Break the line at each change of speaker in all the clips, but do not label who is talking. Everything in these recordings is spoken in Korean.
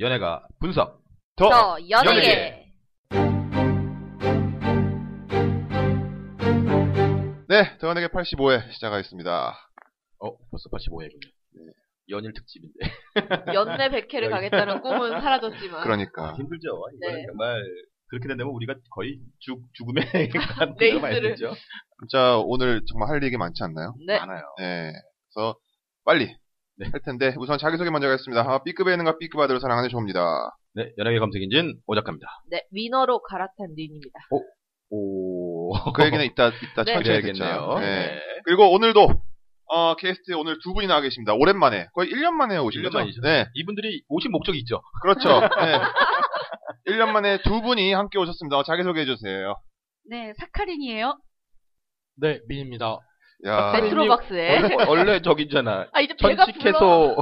연예가 분석
어?
더 연예계
연예계. 네, 더 연예계 85회 시작하겠습니다.
어, 벌써 85회군요. 네. 연일 특집인데.
연내 100회를 가겠다는 꿈은 사라졌지만
그러니까
힘들죠? 이거는
네.
정말, 그렇게 된다면 우리가 거의 죽, 죽음에 가는
레이스를.
말이죠.
진짜 오늘 정말 할 얘기 많지 않나요?
네.
많아요.
네, 그래서 빨리
네.
할 텐데 우선 자기소개 먼저 하겠습니다. 아, B급 예능과 B급 아들을 사랑하는 쇼입니다.
네, 연예계 검색인진 오작합니다.
네 위너로 갈아탄 린입니다
오, 그렇죠.
그 얘기는 이따 이따
네.
천천히
그래야겠네요.
듣죠. 네.
네.
그리고 오늘도 어, 게스트 오늘 두 분이 나와 계십니다. 오랜만에 거의 1년 만에 오신
1년
거죠?
만이죠.
네,
이분들이 오신 목적이 있죠.
그렇죠. 네. 1년 만에 두 분이 함께 오셨습니다. 어, 자기소개해 주세요.
네 사카린이에요
네, 민입니다.
야,
사카린.
레트로박스에
원래 저기잖아.
아 이제 배가 네. 불러
전식해소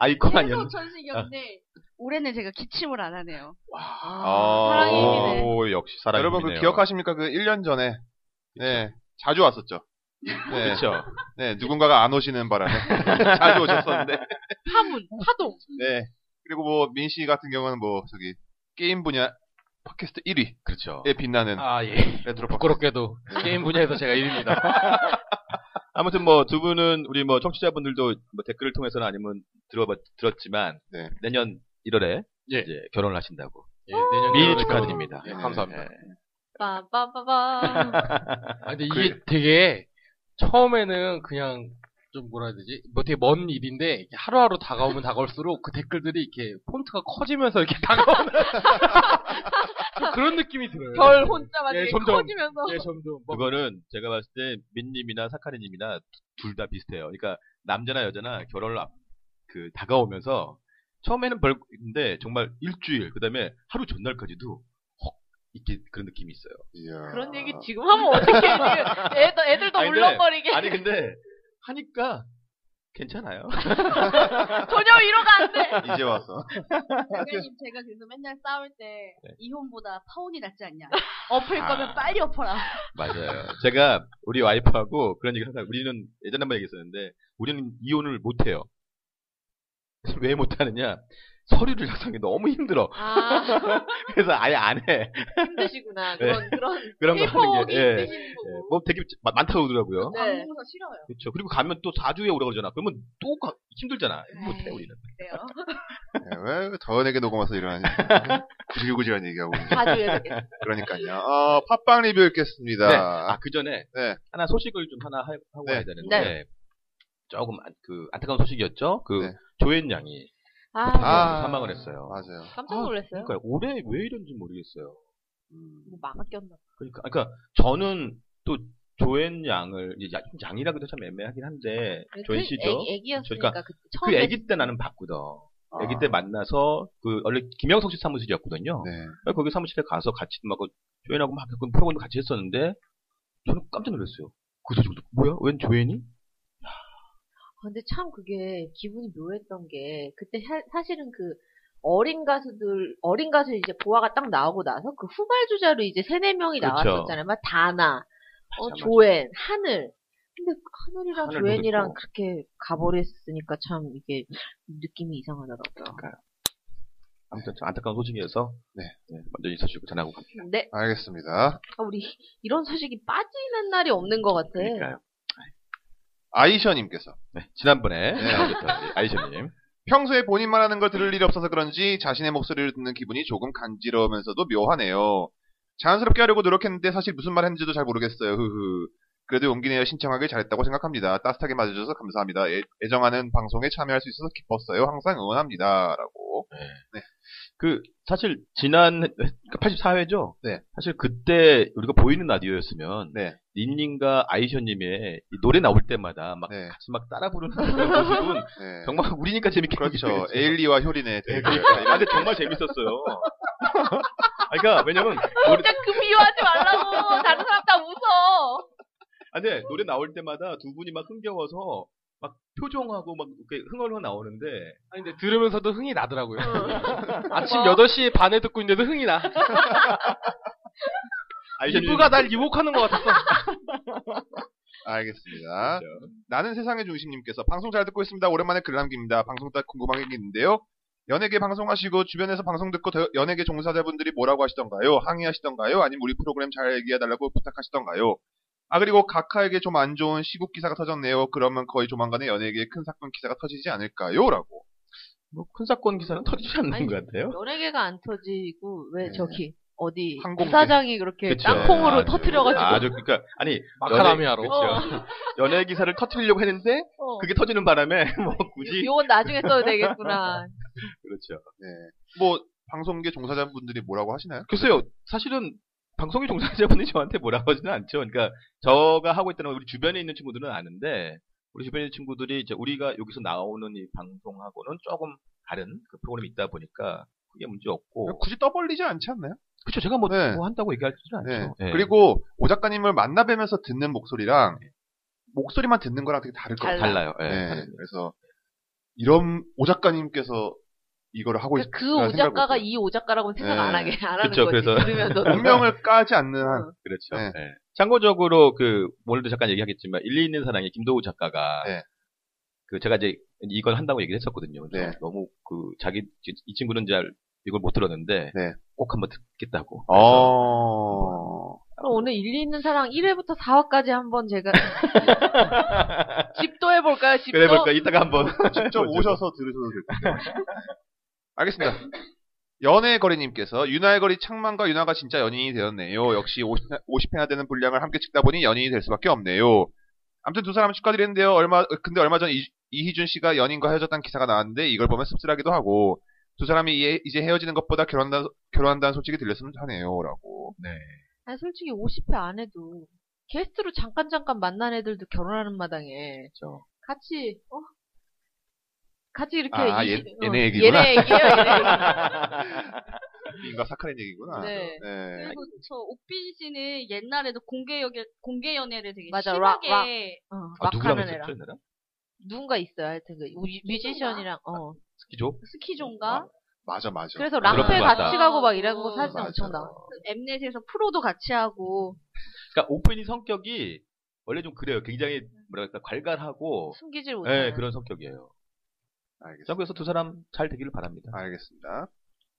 아이콘 아니었나?
계속 전신이었는데 올해는 제가 기침을 안 하네요.
아,
아,
사랑의 힘이네
오, 역시 사랑이.
여러분 그 기억하십니까? 그 1년 전에 네 자주 왔었죠. 네,
그렇죠.
네, 누군가가 안 오시는 바람에 자주 오셨었는데.
파문 파동
네. 그리고 뭐 민 씨 같은 경우는 뭐 저기 게임 분야 팟캐스트 1위에
그렇죠.
빛나는
아, 예.
레트로 팟캐스트.
부끄럽게도 게임 분야에서 제가 1위입니다.
아무튼 뭐 두 분은 우리 뭐 청취자분들도 뭐 댓글을 통해서는 아니면 들어봤, 들었지만
네.
내년 1월에
예.
이제 결혼을 하신다고
예, 내년
미리
결혼을
축하드립니다.
예, 감사합니다.
네.
빠빠빠밤
아, 근데
그
이게 되게 처음에는 그냥 좀 뭐라 해야 되지? 뭐 되게 먼 일인데 이렇게 하루하루 다가오면 다가올수록 그 댓글들이 이렇게 폰트가 커지면서 이렇게 다가오는 그런 느낌이 들어요.
별 혼자만
예,
이렇게
점점.
커지면서
예, 점점 뭐
그거는 제가 봤을 때 민님이나 사카리님이나 둘 다 비슷해요. 그러니까 남자나 여자나 결혼을 앞- 그 다가오면서 처음에는 별인데 정말 일주일 그다음에 하루 전날까지도 헉 이렇게 그런 느낌이 있어요.
이야.
그런 얘기 지금 하면 어떡해 지금 애들, 애들도
아니, 근데-
울렁거리게
아니 근데 하니까 괜찮아요.
전혀 위로가 안돼
이제 와서.
대표님 제가 그래서 맨날 싸울 때
네.
이혼보다 파혼이 낫지 않냐.
엎을
아.
거면 빨리 엎어라
맞아요. 제가 우리 와이프하고 그런 얘기 항상 우리는 예전에 한번 얘기했었는데 우리는 이혼을 못 해요. 왜 못 하느냐? 서류를 작성이 너무 힘들어.
아
그래서 아예 안 해.
힘드시구나
네.
그런 그런
그런 거 하는
페이퍼워크
게. 예.
힘드신
예,
부분
뭐 되게 많- 많다고 그러더라고요.
네.
안 보고서 싫어요.
그렇죠. 그리고 가면 또 4주에 오라고 그러잖아. 그러면 또 가- 힘들잖아. 못해
에이.
우리는.
그래요.
네, 왜 더연에게 녹음 와서 일어나니? 구질구질한 얘기하고. 있네.
사주에서
그러니까요. 어, 팟빵 리뷰 읽겠습니다.
네. 아, 그 전에
네.
하나 소식을 좀 하나 하- 하고
네.
와야 되는데 조금 안, 그 안타까운 소식이었죠. 그
네.
조앤 양이
아,
아.
네. 사망을 했어요.
맞아요.
깜짝 놀랐어요.
그러니까 올해 왜 이런지 모르겠어요.
뭐 망아 꼈나 봐.
그러니까, 그러니까 저는 또 조앤 양을 이제 야- 양이라고도 참 애매하긴 한데 조앤 씨죠.
그 애기, 아. 애기였으니까
그러니까
그 처음
그 애기 때 나는 봤거든. 애기 때 만나서 그 원래 김영석 씨 사무실이었거든요.
아, 네.
거기 사무실에 가서 같이 막 그 조앤하고 막 그런 프로그램도 같이 했었는데 저는 깜짝 놀랐어요. 그 소식도 뭐야? 웬 조앤이?
근데 참 그게 기분이 묘했던 게 그때 사, 사실은 그 어린 가수들 어린 가수 이제 보아가 딱 나오고 나서 그 후발주자로 이제 세네 명이
그렇죠.
나왔었잖아요. 막 다나, 어,
맞아, 맞아.
조앤, 하늘. 근데 하늘이랑
하늘도
조앤이랑
됐고.
그렇게 가버렸으니까 참 이게 느낌이 이상하더라고요.
아무튼 좀 안타까운 소식이어서
네.
먼저 이 소식을 전하고 갑니다.
네,
알겠습니다.
아, 우리 이런 소식이 빠지는 날이 없는 것 같아.
그러니까요.
아이셔님께서.
네, 지난번에
네.
나오셨던 아이셔님
평소에 본인만 하는 걸 들을 일이 없어서 그런지 자신의 목소리를 듣는 기분이 조금 간지러우면서도 묘하네요. 자연스럽게 하려고 노력했는데 사실 무슨 말 했는지도 잘 모르겠어요. 흐흐. 그래도 용기 내어 신청하길 잘했다고 생각합니다. 따뜻하게 맞아주셔서 감사합니다. 애, 정하는 방송에 참여할 수 있어서 기뻤어요. 항상 응원합니다. 라고.
그 사실 지난 그러니까 84회죠.
네.
사실 그때 우리가 보이는 라디오였으면
네.
닌님과 아이셔님의 이 노래 나올 때마다 막
네.
같이 막 따라 부르는 그런 모습은
네.
정말 우리니까 재밌게
그렇죠.
얘기했죠.
에일리와 네. 효린의 대결.
아, 근데 정말 재밌었어요. 아, 그러니까 왜냐면 노래,
진짜 그 비유하지 말라고. 다른 사람 다 웃어.
아, 근데 노래 나올 때마다 두 분이 막 흥겨워서 막 표정하고 막 이렇게 흥얼흥얼 나오는데
아니, 근데 들으면서도 흥이 나더라고요.
어.
아침
고마워.
8시 반에 듣고 있는데도 흥이 나. 이제
아이셔님
누가 날 유혹하는 것 같았어.
알겠습니다. 나는 세상의 중심님께서 방송 잘 듣고 있습니다. 오랜만에 글 남깁니다. 방송 딱 궁금한 게 있는데요. 연예계 방송하시고 주변에서 방송 듣고 더- 연예계 종사자분들이 뭐라고 하시던가요? 항의하시던가요? 아니면 우리 프로그램 잘 얘기해달라고 부탁하시던가요? 아 그리고 각하에게 좀 안 좋은 시국 기사가 터졌네요. 그러면 거의 조만간에 연예계에 큰 사건 기사가 터지지 않을까요? 라고.
뭐 큰 사건 기사는 터지지 않는
아니,
것 같아요.
연예계가 안 터지고 왜
어? 네.
저기 어디
항공기.
부사장이 그렇게
그쵸.
네, 땅콩으로
아주-
터트려가지고 어.
아주 그러니까 아니
마카라미아로.
그렇죠. 연예 기사를 터트리려고 했는데
어.
그게 터지는 바람에 뭐 굳이
요건 나중에 써야 되겠구나.
그렇죠.
네. 뭐 방송계 종사자분들이 뭐라고 하시나요?
글쎄요, 사실은 방송의 종사자분이 저한테 뭐라고 하지는 않죠. 그러니까 저가 하고 있다는 걸 우리 주변에 있는 친구들은 아는데 우리 주변에 있는 친구들이 이제 우리가 여기서 나오는 이 방송하고는 조금 다른 그 프로그램이 있다 보니까 그게 문제 없고
굳이 떠벌리지 않지 않나요?
그렇죠. 제가 뭐,
네.
뭐 한다고 얘기하지는
네.
않죠. 예.
그리고 오 작가님을 만나 뵈면서 듣는 목소리랑 목소리만 듣는 거랑 되게 다를 것 같아요.
달라요. 예.
네,
다른-
그래서 이런 오 작가님께서 이거를 하고 있
그 오작가가 이 오작가라고는 생각
네.
안 하게 안 하는
그쵸,
거지.
그래서-
들으면서
운명을 까지 않는 한
그렇죠.
네.
예. 참고적으로 그 오늘도 잠깐 얘기하겠지만 일리 있는 사랑의 김도우 작가가
네.
그 제가 이제 이걸 한다고 얘기를 했었거든요. 근데
네.
너무 그 자기 이 친구는 잘 이걸 못 들었는데
네. 아.
꼭 한번 듣겠다고. 그래서
어.
그럼 오늘 일리 있는 사랑 1회부터 4화까지 한번 제가 집도 해볼까요? 집도.
그래 볼까 이따가 한번
직접 오셔서 들으셔도 될 것 같아요. 네, 그렇죠. 알겠습니다. 연애의 거리님께서 유나의 거리 창만과 유나가 진짜 연인이 되었네요. 역시 50, 50회나 되는 분량을 함께 찍다 보니 연인이 될 수밖에 없네요. 아무튼 두 사람 축하드리는데요. 얼마 근데 얼마 전 이, 이희준 씨가 연인과 헤어졌다는 기사가 나왔는데 이걸 보면 씁쓸하기도 하고 두 사람이 이제, 이제 헤어지는 것보다 결혼한다, 결혼한다는 소식이 들렸으면 하네요라고. 네.
아니, 솔직히 50회 안 해도 게스트로 잠깐 잠깐 만난 애들도 결혼하는 마당에
그렇죠.
같이 어? 같이 이렇게
아,
이-
얘-
어,
얘네 얘기구나.
얘네 얘기예요. 얘네 얘기.
인과 사카린
아,
얘기구나.
네.
네.
그리고 저 옥빈 씨는 옛날에도 공개 연 공개 연애를 되게
맞아,
심하게
락, 어, 막
누구랑
하는 애랑
했었죠? 옛날에?
누군가 있어요. 하여튼 그 뮤- 뮤지션이랑 어.
스키죠?
스키존가
맞아 맞아.
그래서
그런
락페
거
같이
맞다.
가고 막 이래고 사진
맞아.
엄청 나.
엠넷에서 프로도 같이 하고
그러니까 오프닝 성격이 원래 좀 그래요. 굉장히 뭐랄까 그러니까 괄괄하고
숨기질 못해.
예, 그런 성격이에요.
알겠습니다.
그래서 두 사람 잘 되기를 바랍니다.
아. 알겠습니다.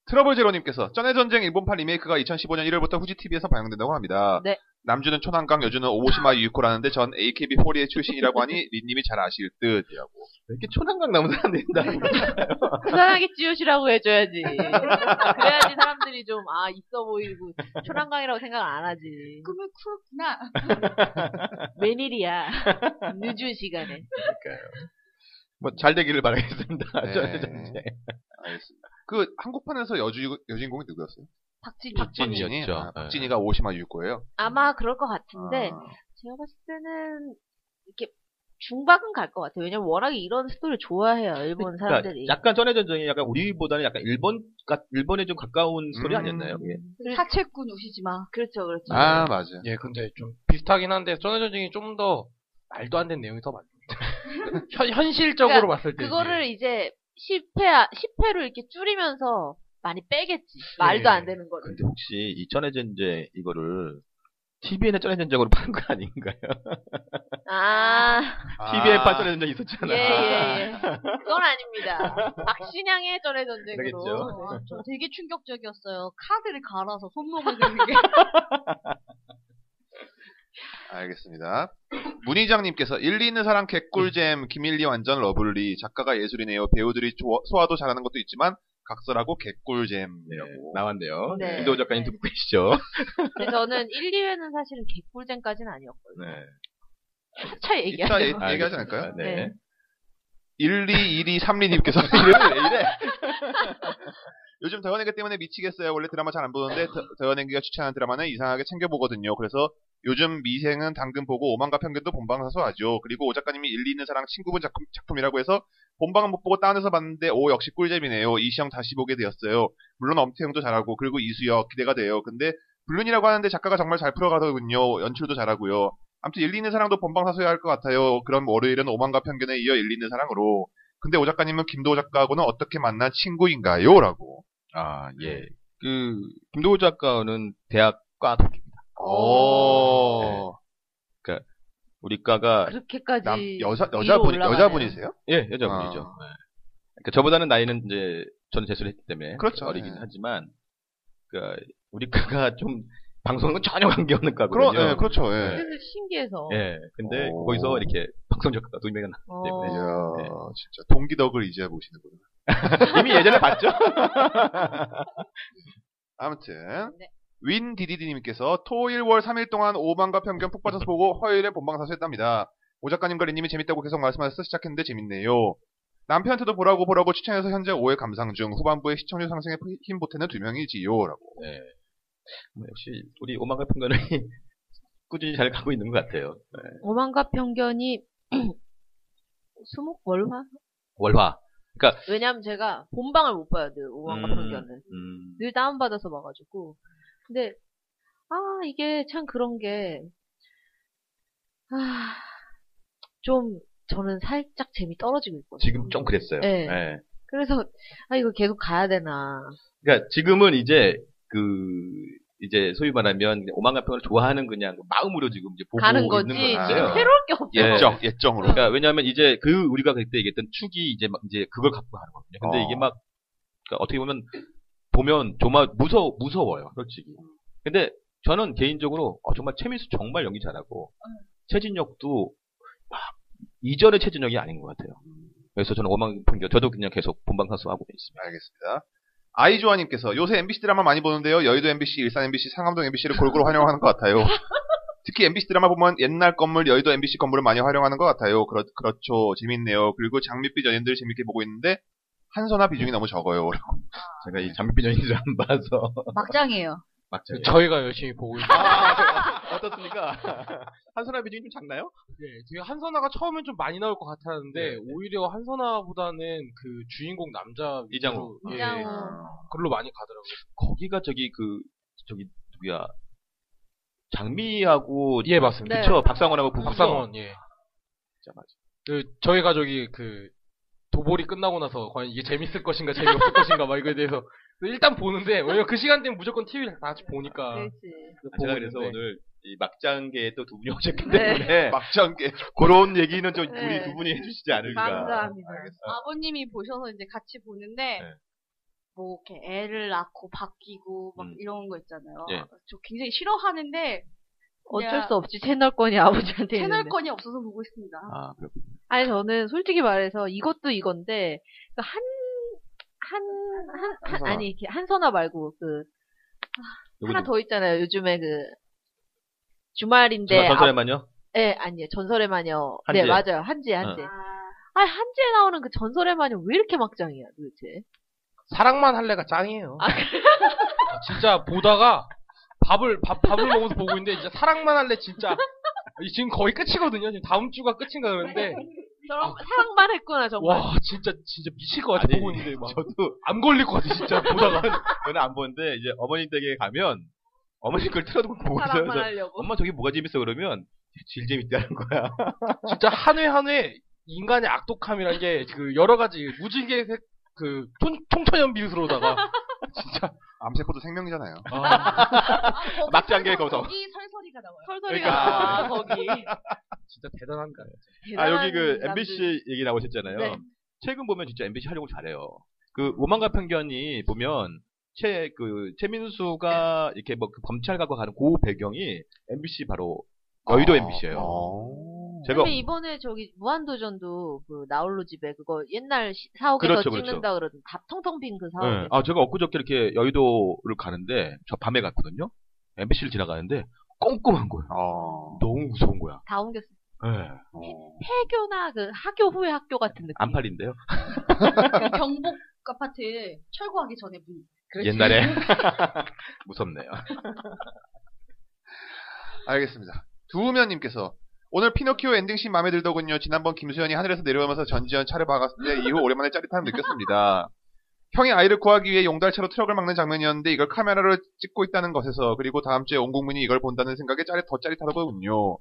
트러블 제로님께서 전의 전쟁 일본판 리메이크가 2015년 1월부터 후지 TV에서 방영된다고 합니다.
네.
남주는 초난강, 여주는 오보시마 유코라는데 전 AKB48의 출신이라고 하니 린님이 잘 아실 듯이라고.
왜 이렇게 초난강 나오면 안 된다는 거
불안하게 찌우시라고 해줘야지. 그래야지 사람들이 좀, 아, 있어 보이고, 초난강이라고 생각 안 하지.
꿈을 꾸었구나.
그 웬일이야. 늦은 시간에.
뭐잘 되기를 바라겠습니다.
네.
저는 전쟁.
알겠습니다. 그 한국판에서 여주 여주인공이 누구였어요?
박진이.
음, 박진이요. 박진이였죠.
아,
네.
박진이가 오시마 유코예요.
아마 그럴 것 같은데,
아,
제가 봤을 때는, 이렇게, 중박은 갈 것 같아요. 왜냐면 워낙에 이런 스토리를 좋아해요, 일본 사람들이.
그러니까 약간 전의 전쟁이 약간 우리보다는 약간 일본 같- 일본에 좀 가까운 소리
음.
아니었나요? 예. 그게?
사채꾼 우시지 마.
그렇죠, 그렇죠.
아, 맞아.
예, 근데 좀 비슷하긴 한데, 전의 전쟁이 좀 더 말도 안 되는 내용이 더 많아요. 현, 현실적으로 봤을 때.
그러니까
예,
그거를 이제, 10회, 10회로 이렇게 줄이면서 많이 빼겠지. 말도
예.
안 되는 거를.
근데 혹시 이 전의 전쟁 이거를 TVN의 전의 전쟁으로 파는 거 아닌가요?
아.
TV에 판
아,
전의 전쟁 있었잖아요.
예예예.
네.
그건 아닙니다. 박신양의 전의 전쟁으로.
그러겠죠.
아, 저 되게 충격적이었어요. 카드를 갈아서 손목을 대는 게.
알겠습니다. 문희장님께서 일리 있는 사랑
음.
개꿀잼, 김일리 완전 러블리, 작가가 예술이네요. 배우들이 조- 소화도 잘하는 것도 있지만 각설하고 개꿀잼이라고.
네, 나왔네요.
네.
김도우 작가님 듣고 계시죠?
근데 저는 1, 2회는 사실은 개꿀잼까지는 아니었거든요.
네. 아,
차차 얘기하죠.
네. 이따 얘- 얘기하지 않을까요?
네.
네.
121232님께서 이름이 왜 이래? 요즘 더현행기 때문에 미치겠어요. 원래 드라마 잘 안 보는데 더- 더현행기가 추천하는 드라마는 이상하게 챙겨보거든요. 그래서 요즘 미생은 당근 보고 오만과 편견도 본방사수 하죠. 그리고 오 작가님이 일리 있는 사랑 친구분 작품, 작품이라고 해서 본방은 못 보고 다운해서 봤는데 오 역시 꿀잼이네요. 이 시험 다시 보게 되었어요. 물론 엄태웅도 잘하고 그리고 이수혁 기대가 돼요. 근데 불륜이라고 하는데 작가가 정말 잘 풀어가더군요. 연출도 잘하고요. 아무튼 일리 있는 사랑도 본방사수해야 할 것 같아요. 그럼 월요일은 오만과 편견에 이어 일리 있는 사랑으로. 근데 오 작가님은 김도호 작가하고는 어떻게 만난 친구인가요? 라고.
아, 예. 그, 김도호 작가는 대학과 동기입니다.
오.
네.
어.
그니까, 우리 과가,
그렇게까지
네. 남, 여자,
위로
여자분,
올라가네요.
여자분이세요?
예, 여자분이죠.
아.
네. 그러니까 저보다는 나이는 이제, 저는 재수를 했기 때문에.
그렇죠.
어리긴
예.
하지만, 그니까, 우리 과가 좀, 방송은 전혀 관계없는 과거든요.
그러, 예, 그렇죠, 예.
그래서 신기해서.
예, 근데
오.
거기서 이렇게 방송 작가가 두 명이 나.
어.
때문에.
이야,
네.
진짜 동기덕을 이제 보시는구나.
이미 예전에 봤죠?
아무튼.
네.
윈디디디님께서 토일 월 3일 동안 오만과 편견 푹 빠져서 보고 화요일에 본방사수 했답니다. 오 작가님과 리님이 재밌다고 계속 말씀하셔서 시작했는데 재밌네요. 남편한테도 보라고 보라고 추천해서 현재 5회 감상 중 후반부에 시청률 상승에 힘 보태는 두 명이지요. 라고.
네. 뭐 역시 우리 오만가 평가는 꾸준히 잘 가고 있는 것 같아요. 네.
오만과 편견이 수목 월화?
월화.
왜냐면 제가 본방을 못 봐야 돼요. 오만과
음.
편견은.
음,
늘 다운받아서 봐가지고. 근데, 아, 이게 참 그런 게, 아, 좀, 저는 살짝 재미 떨어지고 있거든요.
지금 좀 그랬어요.
네.
네.
그래서, 아, 이거 계속 가야 되나.
그러니까 지금은 이제 그 이제 소위 말하면 오만가 평을 좋아하는 그냥 마음으로 지금 이제 보고
가는
있는
거지.
거잖아요.
지금 새로울 게 없어.
예.
예정, 예정으로.
그러니까 왜냐하면 이제 그 우리가 그때 얘기했던 축이 이제 막 이제 그걸 갖고 가는 거거든요. 근데
어.
이게 막 그러니까 어떻게 보면 보면 정말 무서 무서워요, 솔직히. 근데 저는 개인적으로 어, 정말 최민수 정말 연기 잘하고 최진혁도 막 이전의 최진혁이 아닌 것 같아요. 그래서 저는 오만 분교 저도 그냥 계속 본방사수 하고 있습니다.
알겠습니다. 아이조아님께서 요새 MBC 드라마 많이 보는데요. 여의도 MBC, 일산 MBC, 상암동 MBC를 골고루 활용하는 것 같아요. 특히 MBC 드라마 보면 옛날 건물, 여의도 MBC 건물을 많이 활용하는 것 같아요. 그렇, 그렇죠. 재밌네요. 그리고 장밋빛 연인들 재밌게 보고 있는데 한소나 비중이 너무 적어요.
제가 이 잠비 연기를 안 봐서
막장이에요.
막장.
저희가 열심히 보고 있어요.
아, 어떻습니까? 한소나 비중이 좀 작나요?
예, 되게 한선아가 처음엔 좀 많이 나올 것 같았는데
네.
오히려 한선아보다는 그 주인공 남자 위주로,
이장우.
예,
어,
이장우.
그걸로 많이 가더라고요.
거기가 저기 그 저기 누구야? 장미하고
예, 맞습니다.
네.
그쵸 박상원하고 그
박상원 예.
진짜 맞아.
그 저희가 저기 그 도볼이 끝나고 나서 과연 이게 재밌을 것인가 재미없을 것인가 막 이거에 대해서 일단 보는데 왜냐 그 시간대는 무조건 TV를 다 같이
아,
보니까
그렇지.
보고
제가 그래서
있는데.
오늘 이 막장계에 또 두 분이 오셨기
네.
때문에
막장게
그런 얘기는 좀
네.
우리 두 분이 해주시지 않을까.
감사합니다.
아버님이 보셔서 이제 같이 보는데
네.
뭐 이렇게 애를 낳고 바뀌고 막
음.
이런 거 있잖아요.
예.
저 굉장히 싫어하는데
어쩔
그냥
수 없지. 채널권이 아버지한테 있는데.
채널권이 없어서 보고 있습니다.
아 그렇군요.
아니 저는 솔직히 말해서 이것도 이건데 그 한, 한, 한, 한-
어.
한선아.
아니 이렇게 한선아 말고 그 하나 더 있잖아요 요즘에 그 주말인데 아,
전설만요.
네 아니에요 전설의 마녀
한지혜. 어.
네 맞아요 한지 한지
아,
아 한지에 나오는 그 전설의 마녀 왜 이렇게 막장이야 도대체
사랑만 할래가 짱이에요. 아,
아,
진짜 보다가 밥을 밥, 밥을 먹으면서 보고 있는데 이제 사랑만 할래 진짜 이 지금 거의 끝이거든요. 지금 다음 주가 끝인가 그러는데
저런 사랑만 했구나 정말
와 진짜 진짜 미칠 것 같아
아니,
보고 있는데 막.
저도
암 걸릴 것 같아 진짜 보다가
저는 안 보는데 이제 어머니 댁에 가면 어머니 걸 틀어놓고 보고 있어요.
사랑만
그래서
하려고
엄마 저게 뭐가 재밌어 그러면 질 재밌다는 거야.
진짜 한 회 한 회 인간의 악독함이란 게 그 여러 가지 무지개색 그 총- 총천연 비웃으로다가 진짜
암세포도 생명이잖아요.
아,
거기
막장계
설설-
거기서.
거기 설설이가 나와요.
설설이가
그러니까.
나와 거기
진짜 대단한가.
아
대단한
여기 그
남들.
MBC 얘기 나오셨잖아요.
네.
최근 보면 진짜 MBC 활용을 잘해요. 그 오만과 편견이 보면 최 그 최민수가 이렇게 뭐 검찰과거 가는 고 배경이 MBC 바로 여의도 MBC예요.
어.
아,
제가 예,
근데 이번에 저기 무한도전도 그 나홀로 집에 그거 옛날 시- 사옥에서
그렇죠, 그렇죠.
찍는다 그러던 다 텅텅 빈 그 사옥에
네. 아 제가 엊그저께 이렇게 여의도를 가는데 저 밤에 갔거든요. MBC를 지나가는데 꼼꼼한 거예요.
어.
너무 무서운 거야. 예,
다 옮겼어. 해교나 그 학교 후의 학교 같은 느낌.
안팔인데요.
그 경복 아파트 철거하기 전에 문.
옛날에 무섭네요.
알겠습니다. 두우면님께서 오늘 피노키오 엔딩씬 마음에 들더군요. 지난번 김수현이 하늘에서 내려오면서 전지현 차를 박았을 때 이후 오랜만에 짜릿함을 느꼈습니다. 형이 아이를 구하기 위해 용달차로 트럭을 막는 장면이었는데 이걸 카메라로 찍고 있다는 것에서 그리고 다음 주에 온 국민이 이걸 본다는 생각에 짜릿 더 짜릿하더군요.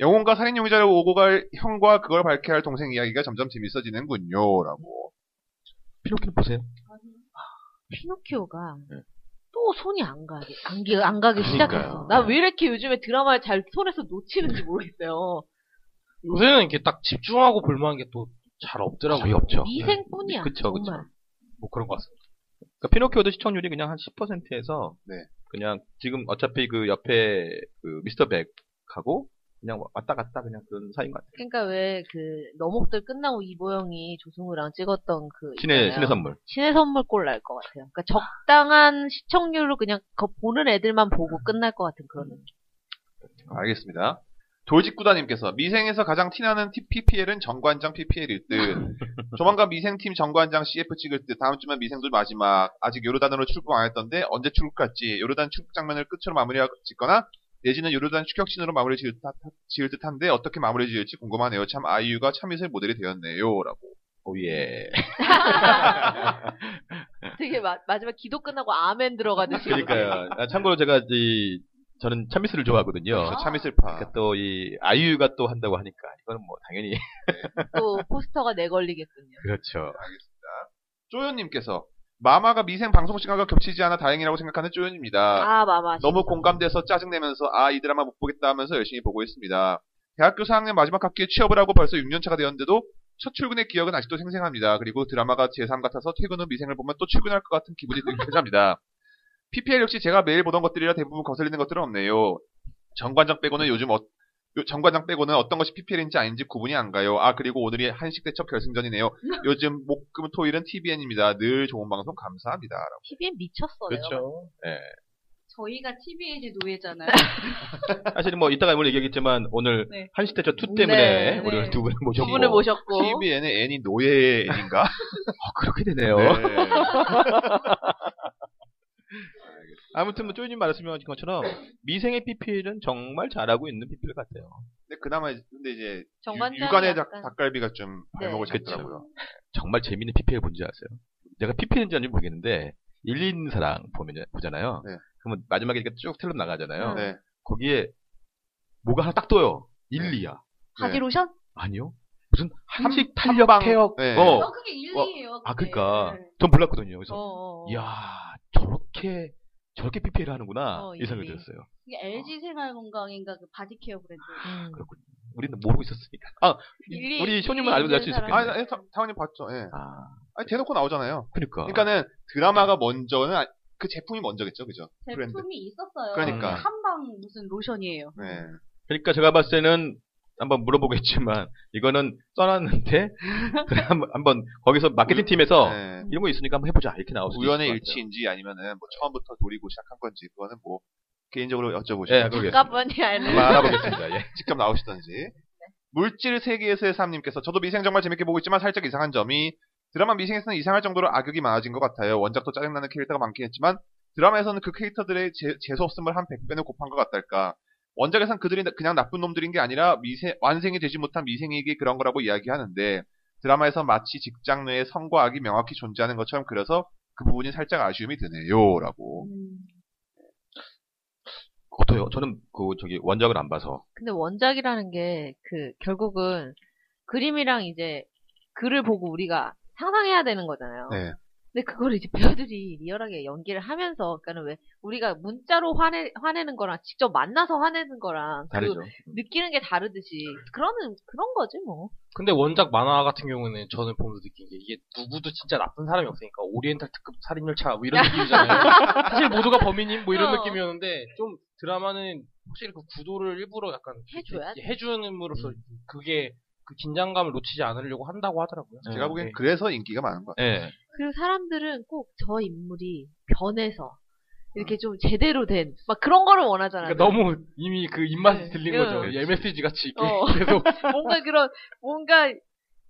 영혼과 살인 용의자를 오고 갈 형과 그걸 밝혀야 할 동생 이야기가 점점 재밌어지는군요라고.
피노키오 보세요.
피노키오가
네.
또 손이 안 가게 안, 기- 안 가기 시작했어.
그러니까요. 네.
나 왜 이렇게 요즘에 드라마를 잘 손에서 놓치는지 모르겠어요.
요새는 이렇게 딱 집중하고 볼만한 게 또 잘 없더라고요.
거의 없죠.
미생뿐이야.
아, 네. 그쵸, 그쵸.
정말.
뭐 그런 것 같습니다. 그러니까 피노키오도 시청률이 그냥 한 10%에서
네.
그냥 지금 어차피 그 옆에 그 미스터 백하고 그냥 왔다 갔다 그냥 그런 사이인 것 같아요.
그러니까 왜 그 너목들 끝나고 이보영이 조승우랑 찍었던 그
신의
있잖아요.
신의 선물.
신의 선물꼴 날 것 같아요. 그러니까 적당한 시청률로 그냥 그 보는 애들만 보고 끝날 것 같은 그런 느낌.
알겠습니다. 돌직구다님께서 미생에서 가장 티나는 PPL은 정관장 PPL일 듯. 조만간 미생팀 정관장 CF 찍을 듯. 다음 주면 미생도 마지막. 아직 요르단으로 출국 안 했던데 언제 출국할지. 요르단 출국 장면을 끝으로 마무리 짓거나 내지는 요르단 추격신으로 마무리 지을, 듯- 지을 듯한데 어떻게 마무리 지을지 궁금하네요. 참 아이유가 참이슬 모델이 되었네요라고.
오예.
되게 마, 마지막 기도 끝나고 아멘 들어가듯이.
음. 그러니까요. 아, 참고로 제가 이 저는 참미스를 좋아하거든요.
그래서
그러니까
참이슬파.
또 이 아이유가 또 한다고 하니까 이거는 뭐 당연히
또 포스터가 내걸리겠군요.
그렇죠.
쪼요님께서 마마가 미생 방송 시간과 겹치지 않아 다행이라고 생각하는 쪼요입니다.
아 마마.
너무 공감돼서 짜증내면서 아 이 드라마 못 보겠다 하면서 열심히 보고 있습니다. 대학교 4학년 마지막 학기에 취업을 하고 벌써 6년차가 되었는데도 첫 출근의 기억은 아직도 생생합니다. 그리고 드라마가 제3 같아서 퇴근 후 미생을 보면 또 출근할 것 같은 기분이 들기합니다 PPL 역시 제가 매일 보던 것들이라 대부분 거슬리는 것들은 없네요. 정관장 빼고는 요즘 어- 요- 정관장 빼고는 어떤 것이 PPL인지 아닌지 구분이 안 가요. 아 그리고 오늘이 한식 대첩 결승전이네요. 요즘 목금 토일은 TBN입니다. 늘 좋은 방송 감사합니다. 라고.
TVN 미쳤어. 내가
그렇죠. 예.
저희가 TV의 노예잖아요.
사실 뭐 이따가 오늘 얘기하겠지만 오늘
네.
한시대처 2
네,
때문에
네.
오늘 두 분을 모셨고 네.
두 분을 모셨고
TBN의 N이 노예의 N인가?
아, 그렇게 되네요. 아무튼 뭐 쪼이님 말씀하신 것처럼 미생의 PPL은 정말 잘하고 있는 PPL 같아요.
근데 그나마 이제- 근데 이제
정관장이
유- 육안의 닭,
약간-
닭갈비가 좀
네.
발목을
그쵸.
잡더라고요.
정말 재밌는 PPL 뭔지 아세요? 내가 PPL인지 아닌지 모르겠는데 1, 2인사랑 보면 보잖아요.
네.
그러면 마지막에 이렇게 쭉 텔럼 나가잖아요.
네.
네.
거기에 뭐가 하나 딱 떠요. 1, 2야.
바디 로션?
아니요. 무슨 한식 탄력
한방.
태역.
네.
어.
어, 그게 일리예요.
아
그게.
그니까
네.
전 몰랐거든요. 그래서
어, 어.
이야 저렇게 저렇게 PPL 하는구나
어,
이
이미.
생각이 들었어요.
이게 LG 생활건강인가 그 바디케어 브랜드.
음.
그렇군요. 우리는 모르고 있었으니까. 아
일리-
우리
일리
쇼님은 알고 날 수
있는
있을
사람.
거예요.
아, 예, 타- 타원님 봤죠. 예.
아,
아니, 대놓고 나오잖아요.
그러니까.
그러니까는 드라마가 먼저는 아- 그 제품이 먼저겠죠, 그죠?
제품이
브랜드.
있었어요.
그러니까.
한방 무슨 로션이에요.
네.
그러니까 제가 봤을 때는 한번 물어보겠지만 이거는 써놨는데 한번, 한번 거기서 마케팅 팀에서
네.
이런 거 있으니까 한번 해보자 이렇게 나올 수도
우연의
있을 것 같아요.
일치인지 아니면은 뭐 처음부터 노리고 시작한 건지 그거는 뭐 개인적으로 여쭤보시고
예,
네.
그러겠습니다.
잠깐만이 아니라
한번 알아보겠습니다. 예.
직접 나오시던지. 물질 세계에서의 삶님께서 저도 미생 정말 재밌게 보고 있지만 살짝 이상한 점이 드라마 미생에서는 이상할 정도로 악역이 많아진 것 같아요. 원작도 짜증나는 캐릭터가 많긴 했지만 드라마에서는 그 캐릭터들의 재, 재수없음을 한 100배는 곱한 것 같달까. 원작에선 그들이 나- 그냥 나쁜 놈들인 게 아니라 미생, 완생이 되지 못한 미생에게 그런 거라고 이야기하는데 드라마에서 마치 직장 내에 선과 악이 명확히 존재하는 것처럼 그려서 그 부분이 살짝 아쉬움이 드네요. 라고.
그것도요. 저는 그 저기 원작을 안 봐서
근데 원작이라는 게 그 결국은 그림이랑 이제 글을 보고 우리가 상상해야 되는 거잖아요.
네.
근데 그걸 이제 배우들이 리얼하게 연기를 하면서 그러니까는 왜 우리가 문자로 화내 화내는 거랑 직접 만나서 화내는 거랑 그
다르죠.
느끼는 게 다르듯이 그런 그런 거지 뭐.
근데 원작 만화 같은 경우는 저는 보면서 느낀 게 이게 누구도 진짜 나쁜 사람이 없으니까 오리엔탈 특급 살인열차 뭐 이런 느낌이잖아요. 사실 모두가 범인인 뭐 이런
어.
느낌이었는데 좀 드라마는 확실히 그 구도를 일부러 약간
해줘야 돼.
해주는으로써 그게 그 긴장감을 놓치지 않으려고 한다고 하더라고요.
제가 보기엔 그
네.
그래서 인기가 많은 것 같아요.
예.
그리고 사람들은 꼭 저 인물이 변해서 이렇게 좀 제대로 된 막 그런 거를 원하잖아요.
음. 그러니까 너무 이미 그 입맛이
네.
들린 거죠.
그렇지.
MSG 같이 이렇게
어.
계속
뭔가 그런 뭔가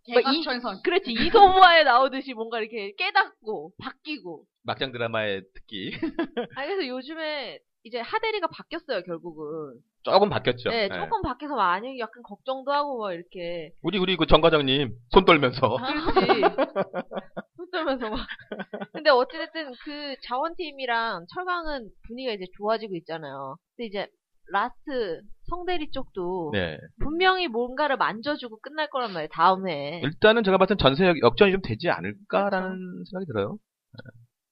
개각천선.
그렇지 이소모아에 나오듯이 뭔가 이렇게 깨닫고 바뀌고
막장 드라마의 특기
아니 그래서 요즘에 이제 하대리가 바뀌었어요 결국은
조금 바뀌었죠.
네
예.
조금 바뀌어서 많이 약간 걱정도 하고 막 이렇게
우리 우리 그 정 과장님 손 떨면서
아. 그렇지 손 떨면서 막 근데 어찌됐든 그 자원팀이랑 철강은 분위기가 이제 좋아지고 있잖아요 근데 이제 라스트 성대리 쪽도
네
분명히 뭔가를 만져주고 끝날 거란 말이에요 다음 해에
일단은 제가 봤을 땐 전세 역- 역전이 좀 되지 않을까라는
그렇죠.
생각이 들어요.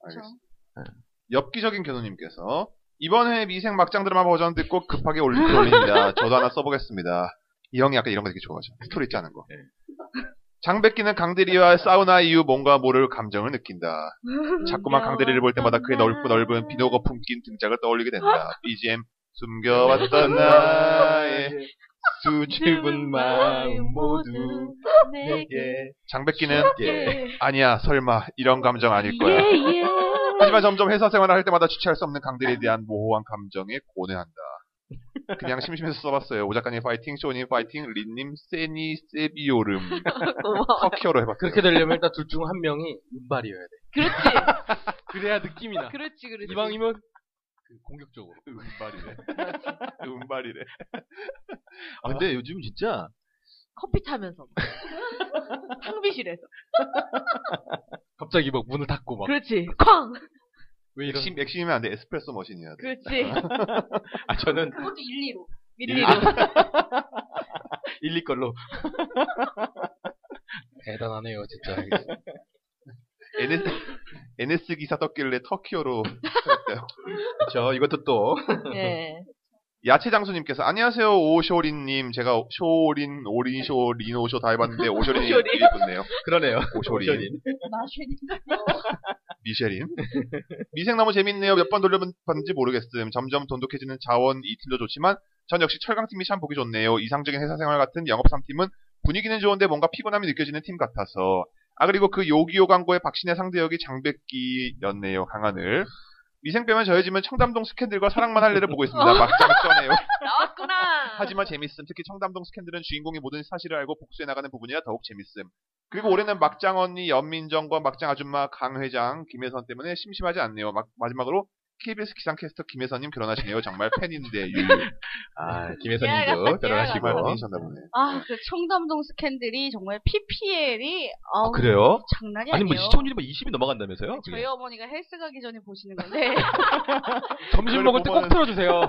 알겠습니다. 엽기적인 견우님께서 이번 회 미생 막장 드라마 버전 듣고 급하게 올릴 글 올립니다. 저도 하나 써보겠습니다. 이 형이 약간 이런 거 되게 좋아하죠. 스토리 짜는 거.
네.
장백기는 강대리와 싸우나 이후 뭔가 모를 감정을 느낀다. 자꾸만 강대리를 볼 때마다 그의
음. 아.
넓고 넓은 비노거 품긴 등짝을 떠올리게 된다. BGM 숨겨왔던 나의 수줍은 마음 모두 예.
내게
장백기는
음. 예,
아니야 설마 이런 감정 아닐 거야.
예, 예.
하지만 점점 회사 생활을 할 때마다 주체할 수 없는 강들에 대한 모호한 감정에 고뇌한다. 그냥 심심해서 써봤어요. 오 작가님 파이팅, 쇼님 파이팅, 린님 세니 세비오름
고마워.
터키어로 해봤어요.
그렇게 되려면 일단 둘 중 한 명이 은발이어야 돼.
그렇지,
그래야 느낌이 나.
아, 그렇지, 그렇지.
이방이면 그 공격적으로.
음발이래. 음발이래.
아, 근데 요즘 진짜
커피 타면서. 탕비실에서.
갑자기 막 문을 닫고 막.
그렇지, 쾅!
왜 이런?
맥심, 맥심이면 안 돼. 에스프레소 머신이야. 돼.
그렇지.
아 저는
그것도 1, 2로.
밀리로.
아.
일리 걸로
대단하네요, 진짜.
그
NS, NS 기사 떴길래 터키어로
저 그렇죠. 이것도 또
예.
야채장수님께서 안녕하세요 오쇼린님 제가 쇼린 오린쇼 리노쇼 다 해봤는데 오쇼린이
오쇼린.
이리 붙네요
그러네요.
오쇼린.
오쇼린.
마쉐니.
미쉐린. 미생나무 재밌네요. 몇 번 돌려봤는지 모르겠음. 점점 돈독해지는 자원 이 팀도 좋지만 전 역시 철강팀이 참 보기 좋네요. 이상적인 회사 생활 같은 영업 3팀은 분위기는 좋은데 뭔가 피곤함이 느껴지는 팀 같아서. 아 그리고 그 요기요 광고의 박신혜 상대 역이 장백기였네요. 강하늘. 미생 빼면 저희 집은 청담동 스캔들과 사랑만 할래를 보고 있습니다. 막장 써네요.
나왔구나!
하지만 재밌음. 특히 청담동 스캔들은 주인공이 모든 사실을 알고 복수해 나가는 부분이라 더욱 재밌음. 그리고 올해는 막장 언니, 연민정과 막장 아줌마 강 회장, 김혜선 때문에 심심하지 않네요. 막- 마지막으로 KBS 기상캐스터 김혜선님 결혼하시네요. 정말 팬인데 유.
아
깨알
김혜선님도
같다,
결혼하시고
깨알
정말 팬이셨나 보네.
아, 그 청담동 스캔들이 정말 PPL이, 아우,
그래요?
장난이
아니
네, 아니에요.
뭐 시청률이 뭐 20이 넘어간다면서요?
저희 어머니가 헬스 가기 전에 보시는 건데,
점심 먹을 때 꼭
그걸 보면은-
틀어주세요.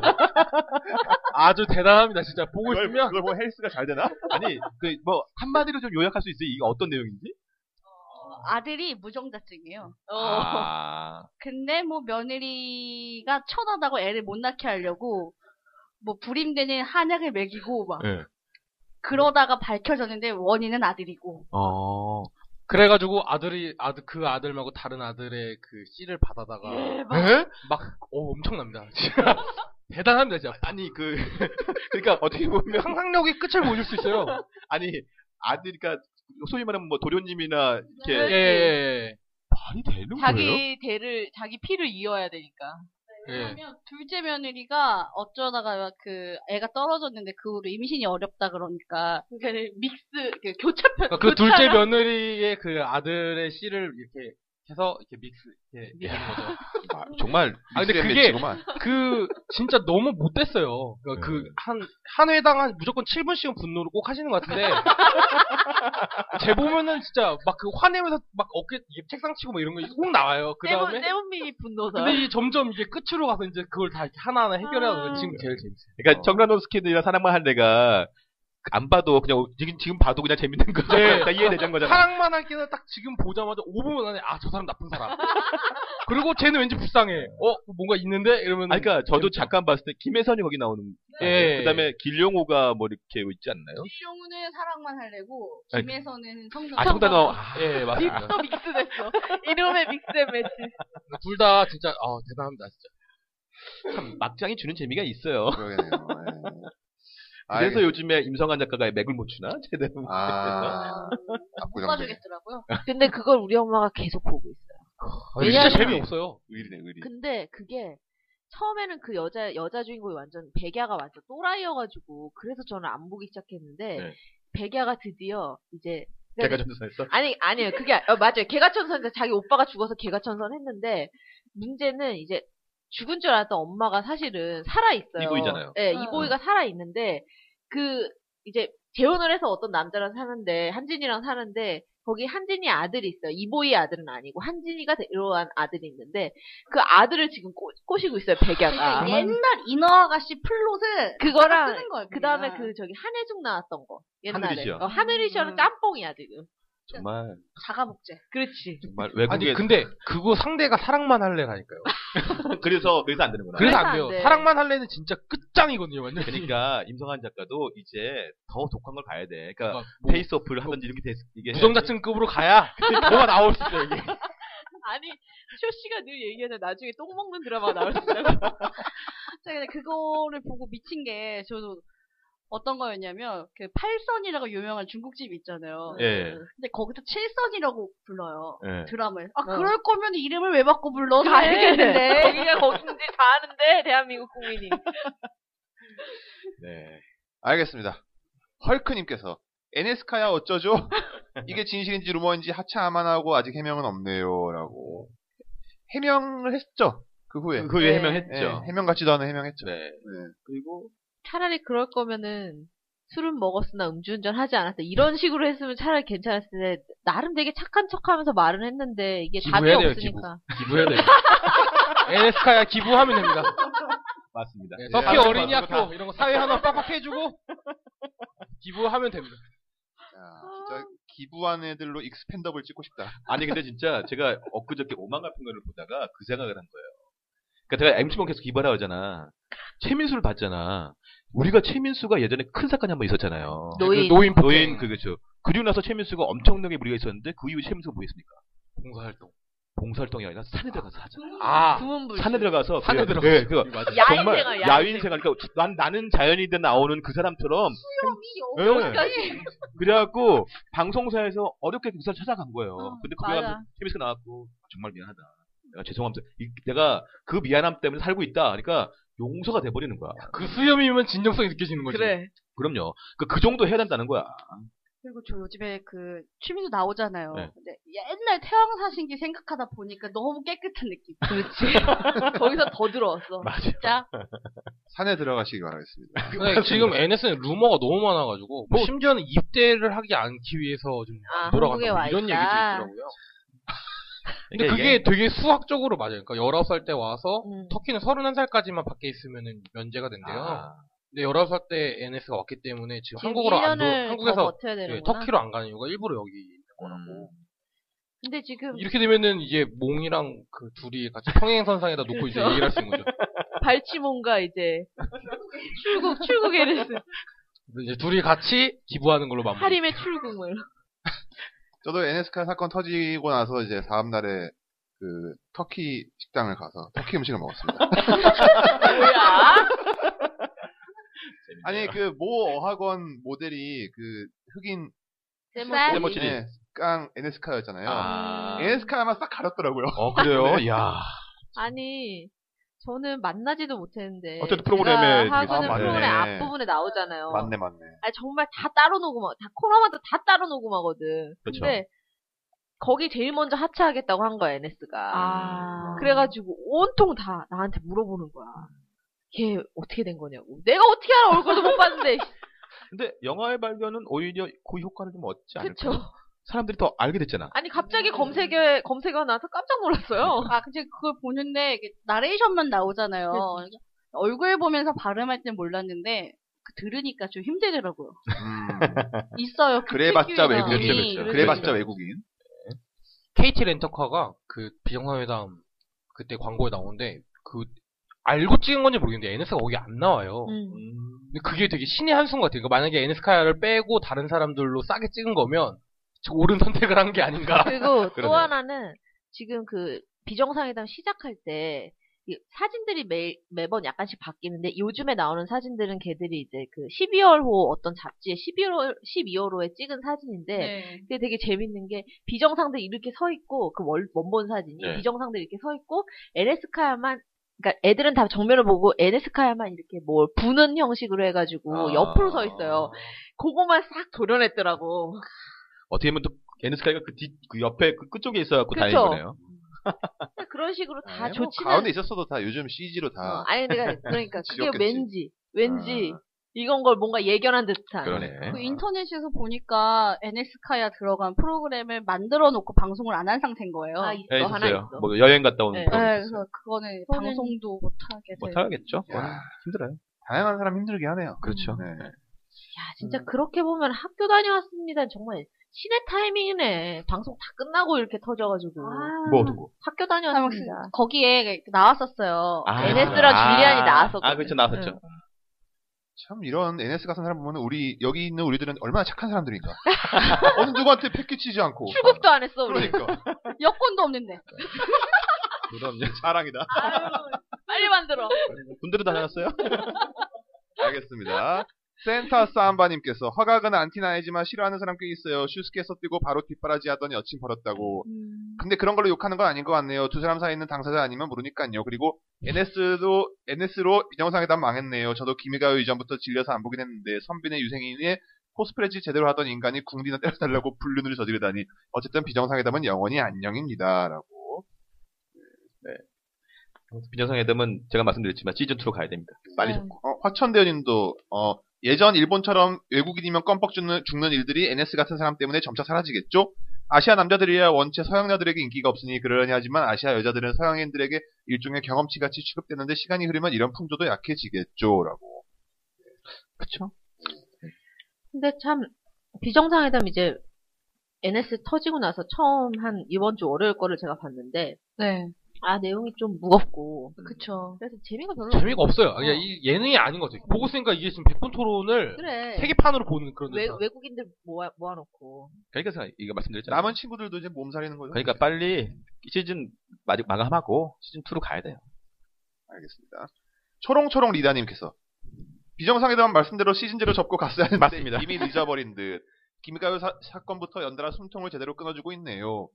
아주 대단합니다, 진짜. 보고
그걸,
있으면
그걸 보면 헬스가 잘 되나?
아니 그 뭐 한마디로 좀 요약할 수 있어요. 이게 어떤 내용인지?
아들이 무정자증이에요.
어.
아
근데 뭐 며느리가 천하다고 애를 못 낳게 하려고, 뭐 불임되는 한약을 먹이고, 막,
예.
그러다가 밝혀졌는데 원인은 아들이고.
어.
그래가지고 아들이 아들 그 아들 말고 다른 아들의 그 씨를 받아다가
에?
막 오, 엄청납니다. 진짜. 대단합니다, 진짜.
아니 그 그러니까 어떻게 보면
상상력의 끝을 보여줄 수 있어요.
아니 아들 그러니까 소위 말하면 뭐 도련님이나
예, 예,
이렇게
예.
말이 되는 거예요?
자기 대를, 자기 피를 이어야 되니까.
예.
왜냐면 둘째 며느리가 어쩌다가 그 애가 떨어졌는데 그 후로 임신이 어렵다 그러니까
그러니까 믹스, 그 교차편.
그러니까 그 둘째 며느리의 그 아들의 씨를 이렇게 해서 이렇게 믹스 이렇게 해주는 거죠.
아,
정말
아, 근데 그게-
매치구만.
그 진짜 너무 못됐어요. 그러니까
네.
그한한 회당 한 무조건 7분씩은 분노를 꼭 하시는 것 같은데 제 보면은 진짜 막 그 화내면서 막 어깨 이게 책상 치고 뭐 이런 거 꼭 나와요. 그
세몬,
다음에 네,
세몬민이 분노사.
근데 이 점점 이게 끝으로 가서 이제 그걸 다 이렇게 하나하나 해결하는 거 지금 제일 재밌어요.
그러니까
어.
정란호 스킨이나 사랑만 한 내가 안 봐도 그냥 지금 지금 봐도 그냥 재밌는 거죠.
네.
다 이해되는 거잖아.
사랑만 할 게는 딱 지금 보자마자 5분 안에 아 저 사람 나쁜 사람. 그리고 쟤는 왠지 불쌍해. 어 뭔가 있는데 이러면
아, 그러니까 저도 잠깐 봤을 때 김혜선이 거기 나오는
예.
그다음에 길용호가 뭐 이렇게 있지 않나요?
이용우는 사랑만 하려고
아니,
김혜선은 성적
아 성단어 아,
예 맞습니다.
믹스됐어. 이놈의 믹스의 매치.
둘 다 진짜 어 대단합니다 진짜.
참 막장이 주는 재미가 있어요.
그러겠네요. 예.
그래서
알겠-
요즘에 임성한 작가가 맥을 못 추나 제대로 못
아,
못
압구정대.
봐주겠더라고요.
근데 그걸 우리 엄마가 계속 보고 있어요.
진짜
왜냐하면-
재미없어요.
의리네 의리.
근데 그게 처음에는 그 여자 여자 주인공이 완전 백야가 완전 또라이여가지고 그래서 저는 안 보기 시작했는데
네.
백야가 드디어 이제
걔가 전도사였어?
아니 아니에요 그게 아니- 어, 맞아요 개가 천선인데 자기 오빠가 죽어서 개가 천선했는데 문제는 이제 죽은 줄 알았던 엄마가 사실은 살아 있어요.
이보이잖아요.
네,
어.
이보이가 살아 있는데 그 이제 재혼을 해서 어떤 남자랑 사는데 한진이랑 사는데 거기 한진이 아들이 있어요. 이보이 아들은 아니고 한진이가 데려온 아들이 있는데 그 아들을 지금 꼬, 꼬시고 있어요 백야가.
음.
그러니까 옛날 인어 아가씨 플롯을
그거랑
쓰는 거예요.
그 다음에
그냥.
그 저기 한혜중 나왔던 거 옛날에
하늘이시여.
어, 하늘이시여는
음.
짬뽕이야 지금.
정말
자가복제.
그렇지.
정말
아니
외국에
근데 그거 상대가 사랑만 할래라니까요.
그래서 그래서 안 되는구나.
그래서
그래서
안
안
돼요.
돼.
사랑만 할래는 진짜 끝장이거든요, 완전.
그러니까 임성한 작가도 이제 더 독한 걸 봐야 돼. 그러니까
뭐
페이스오프를 하든지 이렇게 됐, 이게
부정자층급으로 가야 뭐가 나올 수 있어 이게.
아니 쇼 씨가 늘 얘기하는 나중에 똥 먹는 드라마 나올 수 있다고.
제가 근데 그거를 보고 미친 게 저도 어떤 거였냐면 그 8선이라고 유명한 중국집 있잖아요.
예.
근데 거기서 7선이라고 불러요.
예.
드라마에. 아
어.
그럴 거면 이름을 왜 바꿔 불러?
다 알겠는데
알겠는데.
거기가 거긴지 다 아는데 대한민국 국민이
네.
알겠습니다. 헐크님께서 NS카야 어쩌죠? 이게 진실인지 루머인지 하차 아만하고 아직 해명은 없네요라고 해명을 했죠. 그 후에
그
네.
후에 해명했죠.
예, 해명 같지도 않은 해명했죠.
네.
네.
그리고
차라리 그럴 거면은 술은 먹었으나 음주운전 하지 않았다 이런 식으로 했으면 차라리 괜찮았을 텐데 나름 되게 착한 척하면서 말은 했는데 이게 답이
기부해야 돼요, 아,
없으니까
기부해야 돼. NS카야 기부하면 됩니다.
맞습니다.
네,
예,
서피
아무튼
어린이
뭐 그거
학교 이런 거 사회 하나 빡빡 해주고 기부하면 됩니다.
아.
야, 아, 진짜 기부한 애들로 익스펜더블 찍고 싶다.
다- 아니 근데 진짜 제가 엊그저께 오만가 평론을 보다가 그 생각을 한 거예요. 그러니까 제가 MC방 계속 기발하 하잖아. 최민수를 봤잖아. 우리가 최민수가 예전에 큰 사건이 한 번 있었잖아요.
노인.
그 노인 폭행.
노인 그렇죠. 그리고 나서 최민수가 엄청나게 무리가 있었는데 그 이후에 최민수가 뭐 했습니까?
봉사활동.
봉사활동이 아니라 산에 들어가서 하죠.
아
구문불
산에 들어가서
산에
그-
들어가서.
예, 그거
맞아.
야- 야인
정말
생활, 야인
야인 생활. 그러니까 난 나는 자연이든 나오는 그 사람처럼 예. 그래갖고 방송사에서 어렵게 그 사람 찾아간 거예요.
어,
근데
맞아.
그게 TBS가 나왔고 아, 정말 미안하다. 내가 죄송합니다. 이- 내가 그 미안함 때문에 살고 있다. 그러니까 용서가 돼버리는 거야.
그 수염이면 진정성이 느껴지는 거지.
그래
그럼요. 그, 그 정도 해야 된다는 거야.
그리고 저 요즘에 그 취미도 나오잖아요.
네.
근데 옛날 태왕사신기 생각하다 보니까 너무 깨끗한 느낌.
그렇지 거기서 더 들어왔어
맞아.
진짜
산에 들어가시기 바라겠습니다.
근데 그러니까 지금 NS는 루머가 너무 많아가지고 뭐 심지어는 입대를 하기 않기 위해서 좀
아, 한국에
돌아간다
와
뭐 이런 얘기도
있다.
있더라고요. 근데
그러니까
그게
이게-
되게 수학적으로 맞아요. 그러니까 19살 때 와서
음.
터키는 31살까지만 밖에 있으면 면제가 된대요.
아,
근데 19살 때 NS가 왔기 때문에 지금,
지금
한국으로
1년을
안 들어,
더
한국에서
버텨야
예,
되는구나
터키로 안 가는 이유가 일부러 여기 있는 거라고.
근데 지금
이렇게 되면은 이제 몽이랑 그 둘이 같이 평행선상에다 놓고 이제
그렇죠.
얘기를 할 수 있는 거죠.
발치몬과 이제 출국 출국 에르스
그래서 이제 둘이 같이 기부하는 걸로 마무리.
하림의 출국물 뭐
저도 NS카 사건 터지고 나서 이제 다음 날에 그 터키 식당을 가서 터키 음식을 먹었습니다.
뭐야
아니 그 모 어학원 모델이 그 흑인
쌤
세모치리.
네, 깡 NS카였잖아요.
아.
NS카만 싹 가렸더라고요.
어, 그래요? 이야.
아니, 저는 만나지도 못했는데.
어쨌든 프로그램에
제가 하고는
아, 맞네.
프로그램 앞부분에 나오잖아요.
맞네 맞네.
아니, 정말 다 따로 녹음하, 다, 코너마다 다 따로 녹음하거든.
그쵸.
근데, 거기 제일 먼저 하차하겠다고 한 거야, NS가.
아.
그래가지고, 온통 다 나한테 물어보는 거야. 걔 어떻게 된 거냐고. 내가 어떻게 알아, 얼굴도 못 봤는데.
근데 영화의 발견은 오히려 그 효과는 좀 얻지
그쵸.
않을까? 사람들이 더 알게 됐잖아.
아니, 갑자기
음.
검색에, 검색어 나와서 깜짝 놀랐어요.
아 근데 그걸 보는데 이게 나레이션만 나오잖아요.
어,
그치.
얼굴 보면서 발음할 땐 몰랐는데 그 들으니까 좀 힘들더라고요.
음,
있어요. 그 네,
그래봤자
특유의
외국인.
나음이.
그렇죠, 그렇죠.
그래봤자 외국인.
KT 렌터카가 그 비정상회담 그때 광고에 나오는데 그 알고 찍은 건지 모르겠는데 NS가 거기 안 나와요.
음.
근데 그게 되게 신의 한수인 것 같아요. 그러니까 만약에 NS카야를 빼고 다른 사람들로 싸게 찍은 거면 저 옳은 선택을 한 게 아닌가.
그리고 또
그러네요.
하나는 지금 그 비정상회담 시작할 때 이 사진들이 매, 매번 약간씩 바뀌는데 요즘에 나오는 사진들은 걔들이 이제 그 12월호 어떤 잡지에 11월 12월호에 찍은 사진인데
네.
그게 되게 재밌는 게 비정상들 이렇게 서 있고 그 월- 원본 사진이
네.
비정상들 이렇게 서 있고 LS카야만 그러니까 애들은 다 정면을 보고 에네스카야만 이렇게 뭘 부는 형식으로 해가지고
아.
뭐 옆으로 서 있어요. 그거만 싹 도려냈더라고.
어떻게 보면 또 에너스카이가 그 뒤, 그 옆에 그 끝쪽에 있어갖고
그쵸.
다행인 거네요.
그러니까 그런 식으로 다
아니, 뭐
조치는
가운데 있었어도 다 요즘 CG로 다
어, 아니 내가 그러니까 그게
지겹겠지.
왠지 왠지
아.
이건 걸 뭔가 예견한 듯한
그러네.
그 인터넷에서 보니까 NS카야 들어간 프로그램을 만들어 놓고 방송을 안 한 상태인 거예요.
아
예,
있어 하나
있었어요.
있어.
뭐 여행 갔다 오는 뭐
네.
프로그램 있었어요.
네, 그래서 그거는
그거는-
방송도 못하게
못
돼요.
하겠죠.
야.
힘들어요.
다양한 사람 힘들게 하네요.
그렇죠.
네.
야 진짜 그렇게 보면 학교 다녀왔습니다 정말 신의 타이밍이네. 방송 다 끝나고 이렇게 터져가지고
뭐 어떤 거?
아. 학교
아, 막
다녀왔습니다.
거기에 나왔었어요.
아,
NS랑
아.
줄리안이 나왔었거든.
아, 그렇죠. 나왔었죠.
응.
참 이런 NS 같은 사람 보면 우리 여기 있는 우리들은 얼마나 착한 사람들인가. 어느 누구한테 패끼치지 않고.
출국도 안 했어 우리.
그러니까
여권도 없는데.
그럼요.
자랑이다.
아유, 빨리 만들어.
군대로 다녀왔어요?
네.
알겠습니다. 센터 사암바님께서 허각은 안티나이지만 싫어하는 사람 꽤 있어요. 슈스케에서 뛰고 바로 뒷바라지 하던 여친 버렸다고. 근데 그런 걸로 욕하는 건 아닌 것 같네요. 두 사람 사이는 당사자 아니면 모르니까요. 그리고 NS도 NS로 비정상회담 망했네요. 저도 김희가요 이전부터 질려서 안 보긴 했는데 선빈의 유생인의 코스프레지 제대로 하던 인간이 궁디나 때려달라고 불륜을 저지르다니 어쨌든 비정상회담은 영원히 안녕입니다라고
비정상회담은 그 제가 말씀드렸지만 시즌2로 가야 됩니다. 빨리 좀.
어, 화천대유님도 어, 예전 일본처럼 외국인이면 껌뻑 죽는, 죽는 일들이 NS 같은 사람 때문에 점차 사라지겠죠? 아시아 남자들이야 원체 서양녀들에게 인기가 없으니 그러려니 하지만 아시아 여자들은 서양인들에게 일종의 경험치같이 취급되는데 시간이 흐르면 이런 풍조도 약해지겠죠라고.
그쵸.
근데 참 비정상회담 이제 NS 터지고 나서 처음 한 이번 주 월요일 거를 제가 봤는데
네,
아 내용이 좀 무겁고
그쵸.
그래서 재미가 별로
재미가 없어요. 아,
어.
그냥 이 예능이 아닌 거죠. 보고 있으니까 이게 지금 100분 토론을
그래
세계판으로 보는 그런
외,
듯한.
외국인들 모아, 모아놓고
그러니까 제가 이거 말씀드렸잖아요.
남은 친구들도 이제 몸살이는 거죠?
그러니까 빨리 이 시즌 마- 마감하고 시즌2로 가야 돼요.
알겠습니다. 초롱초롱 리다님께서 비정상회담 말씀대로 시즌제로 접고 갔어야 했는데
맞습니다.
네, 이미 늦어버린 듯 김가요 사, 사건부터 연달아 숨통을 제대로 끊어주고 있네요.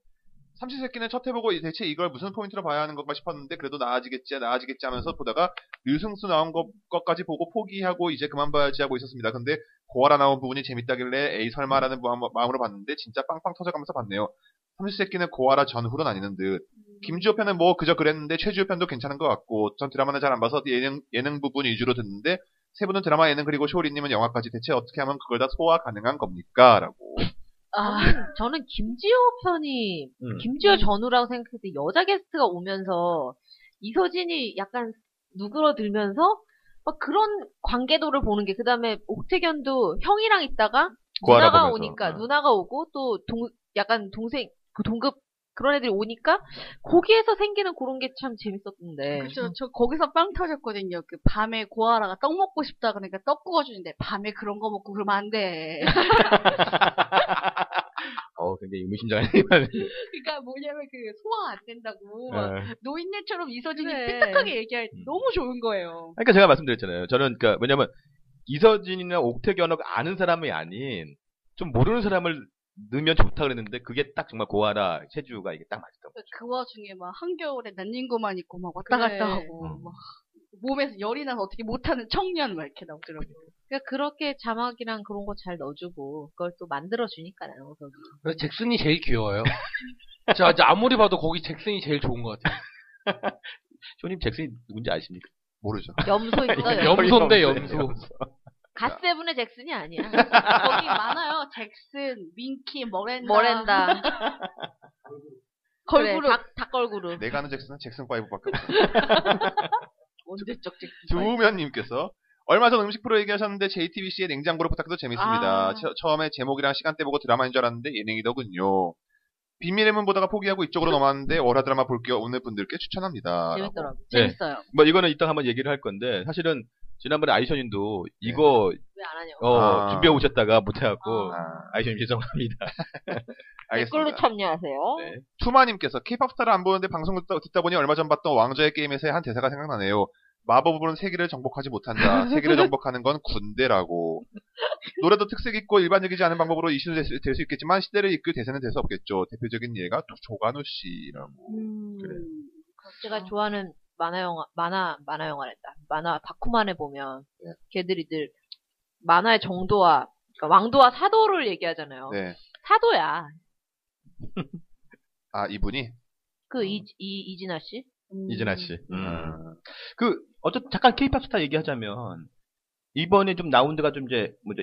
삼시세끼는 첫 해보고 이- 대체 이걸 무슨 포인트로 봐야 하는 건가 싶었는데 그래도 나아지겠지 나아지겠지 하면서 보다가 류승수 나온 것, 까지 보고 포기하고 이제 그만 봐야지 하고 있었습니다. 근데 고아라 나온 부분이 재밌다길래 에이 설마라는 마음- 마음으로 봤는데 진짜 빵빵 터져가면서 봤네요. 삼시세끼는 고아라 전후로 나뉘는 듯 김주호 편은 뭐 그저 그랬는데 최주호 편도 괜찮은 것 같고 전 드라마는 잘 안 봐서 예능 예능 부분 위주로 듣는데 세 분은 드라마 예능 그리고 쇼리님은 영화까지 대체 어떻게 하면 그걸 다 소화 가능한 겁니까?라고
아 저는 김지호 편이
음.
김지호 전후라고 생각했는데 여자 게스트가 오면서 이서진이 약간 누그러들면서 막 그런 관계도를 보는 게 그다음에 옥태견도 형이랑 있다가
고아라
누나가
보면서.
오니까
아.
누나가 오고 또 동, 약간 동생 그 동급 그런 애들이 오니까 거기에서 생기는 그런 게 참 재밌었는데
그쵸. 저 거기서 빵 터졌거든요. 그 밤에 고아라가 떡 먹고 싶다 그러니까 떡 구워주는데 밤에 그런 거 먹고 그러면 안 돼.
어, 굉장히 의무심장한
그러니까 뭐냐면 그 소화 안 된다고 막
네.
노인네처럼 이서진이
그래.
삐딱하게 얘기할 때
음.
너무 좋은 거예요.
그러니까 제가 말씀드렸잖아요. 저는 그러니까 왜냐면 이서진이나 옥태견하고 아는 사람이 아닌 좀 모르는 사람을 넣으면 좋다 그랬는데 그게 딱 정말 고아라 최주가 이게 딱 맞았던 거죠.
그 와중에 막 한겨울에 난닝구만 입고 막 왔다 갔다 하고
음.
막 몸에서 열이 나서 어떻게 못하는 청년 막 이렇게 나오더라고요.
그러니까 그렇게 자막이랑 그런 거 잘 넣어주고 그걸 또 만들어 주니까 나는 거기
그래서 잭슨이 제일 귀여워요. 자, 이제 아무리 봐도 거기 잭슨이 제일 좋은 것 같아요.
그렇죠.
쇼님 잭슨이 누군지 아십니까?
모르죠.
염소 있어요.
염- 네. 염소인데,
염소.
염소.
갓세븐의 잭슨이 아니야.
거기 많아요. 잭슨, 민키, 머렌다.
머랜다. 걸그룹. 닭, 걸그룹.
내가 아는 잭슨은 잭슨 5밖에 없어.
언제적 잭슨.
두우면님께서 얼마 전 음식 프로 얘기하셨는데 JTBC의 냉장고를 부탁도 재밌습니다.
아.
처- 처음에 제목이랑 시간대 보고 드라마인 줄 알았는데 예능이더군요. 비밀의 문 보다가 포기하고 이쪽으로 넘어왔는데 월화 드라마 볼게요. 오늘 분들께 추천합니다.
재밌더라고.
네.
재밌어요.
뭐 이거는 이따 한번 얘기를 할 건데 사실은 지난번에 아이션님도 이거
왜 네, 안 하냐고.
어,
네. 아.
준비해 오셨다가 못해갖고
아,
아이션님 죄송합니다.
알겠습니다.
댓글로 참여하세요.
네.
투마님께서 케이팝 스타를 안 보는데 방송 듣다, 듣다 보니 얼마 전 봤던 왕좌의 게임에서의 한 대사가 생각나네요. 마법으로는 세계를 정복하지 못한다. 세계를 정복하는 건 군대라고. 노래도 특색 있고 일반적이지 않은 방법으로 이슈 될수 될수 있겠지만 시대를 이끌 대세는 될 수 없겠죠. 대표적인 예가 조- 조관우 씨라고.
음.
그래.
제가 좋아하는 만화 영화 만화 만화 영화랬다 만화 바쿠만에 보면 걔들이들 만화의 정도와 그러니까 왕도와 사도를 얘기하잖아요.
네.
사도야
아 이분이
그 이 이, 진아 씨.
이진아 씨. 음.
음.
그 어쨌든 잠깐 케이팝 스타 얘기하자면 이번에 좀 라운드가 좀 이제 뭐죠?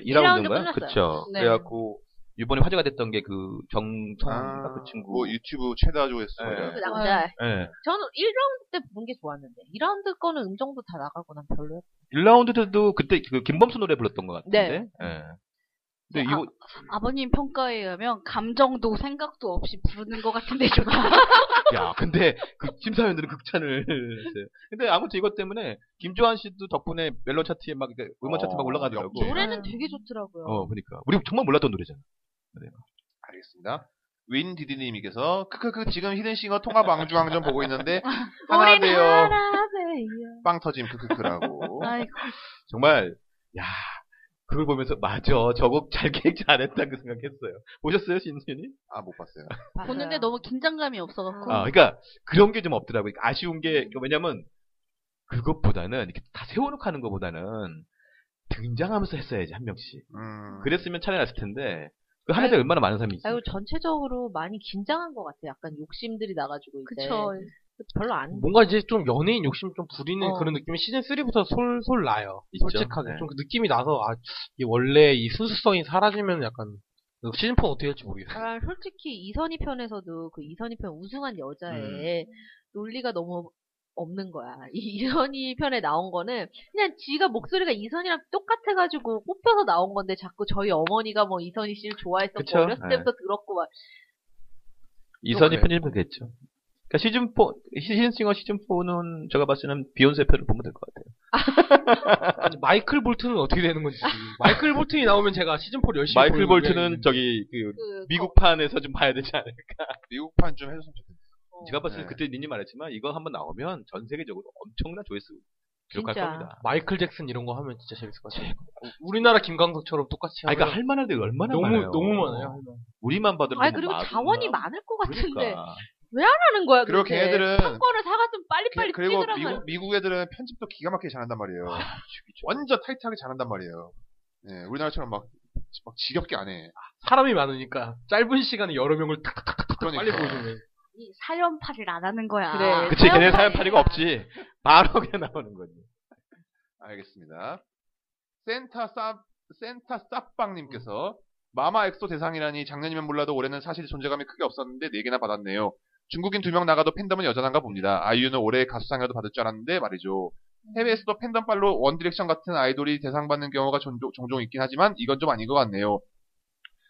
끝났어요.
2라운드인가요? 그쵸.
네.
그래갖고 이번에 화제가 됐던 게 그 정성
아,
그 친구.
뭐 유튜브 최다 조회수
네.
네.
그 남자.
예.
저는 1라운드 때 본 게 좋았는데 2라운드 거는 음정도 다 나가고 난 별로였어요.
1라운드 때도 그때 그 김범수 노래 불렀던 것 같은데. 예. 근데
아,
이거
아버님 평가에 의하면 감정도 생각도 없이 부르는 것 같은데 좀.
어.
야, 근데 그 심사위원들은 극찬을 했어요. 근데 아무튼 이것 때문에 김조한 씨도 덕분에 멜론 차트에 막 이렇게 음원 차트 막
어,
올라가더라고.
역시.
노래는 되게 좋더라고요.
네. 어, 그러니까 우리 정말 몰랐던 노래잖아.
알겠습니다. 윈디디님께서 크크크 지금 히든싱어 통합 왕중왕전 보고 있는데 하나
우린
돼요
하나세요.
빵 터짐 크크크라고
아이고.
정말 야, 그걸 보면서 맞아. 저거 잘 계획 잘했다 그 생각했어요. 보셨어요, 신수현이?
아 못 봤어요.
보는데 너무 긴장감이 없어갖고.
아, 그러니까 그런 게 좀 없더라고요. 아쉬운 게 그러니까 왜냐면 그것보다는 이렇게 다 세워놓고 하는 것보다는 등장하면서 했어야지 한 명씩.
음,
그랬으면 차라리 났을 텐데 그 하나에 얼마나 많은 사람이 있습니
아유 전체적으로 많이 긴장한 것 같아. 요 약간 욕심들이 나가지고 이제
그쵸.
별로 안.
뭔가 이제 좀 연예인 욕심 좀 부리는
어.
그런 느낌이 시즌 3부터 솔솔 나요.
있죠.
솔직하게
네.
좀그 느낌이 나서 아, 이 원래 이 순수성이 사라지면 약간 그 시즌 4 어떻게 될지 모르겠어요.
아, 솔직히 이선희 편에서도 그 이선희 편 우승한 여자의 논리가 너무 없는 거야. 이 이선희 편에 나온 거는 그냥 지가 목소리가 이선희랑 똑같아가지고 꼽혀서 나온 건데 자꾸 저희 어머니가 뭐 이선희 씨를 좋아했었고
그쵸?
어렸을
네.
때부터 들었고 막
이선희
그래요.
편집을 했죠. 그러니까 시즌 4 시즌싱어 시즌 4는 제가 봤을 때는 비욘세 편을 보면 될 것 같아요.
아니, 마이클 볼튼은 어떻게 되는 건지. 마이클 볼튼이 나오면 제가 시즌 음. 4를 열심히
마이클
보는
볼트는
거예요.
저기 그
그,
미국판에서 좀 봐야 되지 않을까.
미국판 좀 해줬으면 좋겠어요.
어,
제가 봤을 때
네.
그때 니님 말했지만 이거 한번 나오면 전 세계적으로 엄청난 조회수 기록할
진짜.
겁니다.
마이클 잭슨 이런 거 하면 진짜 재밌을 것 같아요. 우리나라 김광석처럼 똑같이
아,
하면
그러니까 할 만한 데 얼마나
너무
많아요.
너무 많아요.
우리만 봐도
아니
너무
그리고
많아.
자원이 많을 것 같은데
그러니까.
하는 거야.
그리고
그렇게.
걔네들은
판권을 사갔으면 빨리빨리
그리고
찍으라고.
미국, 미국 애들은 편집도 기가 막히게 잘한단 말이에요.
아,
완전 타이트하게 잘한단 말이에요. 예, 우리나라처럼 막, 막 지겹게 안 해.
사람이 많으니까 짧은 시간에 여러 명을 탁탁탁탁 빨리
그러니까.
보여주는.
이 사연파를 안 하는 거야.
그래.
그치 걔네 사연파리가 없지. 바로 그냥 나오는 거지.
알겠습니다. 센타 쌉, 센타 쌉빵님께서 마마 엑소 대상이라니 작년이면 몰라도 올해는 사실 존재감이 크게 없었는데 4개나 받았네요. 중국인 2명 나가도 팬덤은 여전한가 봅니다. 아이유는 올해 가수상이라도 받을 줄 알았는데 말이죠. 해외에서도 팬덤 팔로 원디렉션 같은 아이돌이 대상받는 경우가 종종, 종종 있긴 하지만 이건 좀 아닌 것 같네요.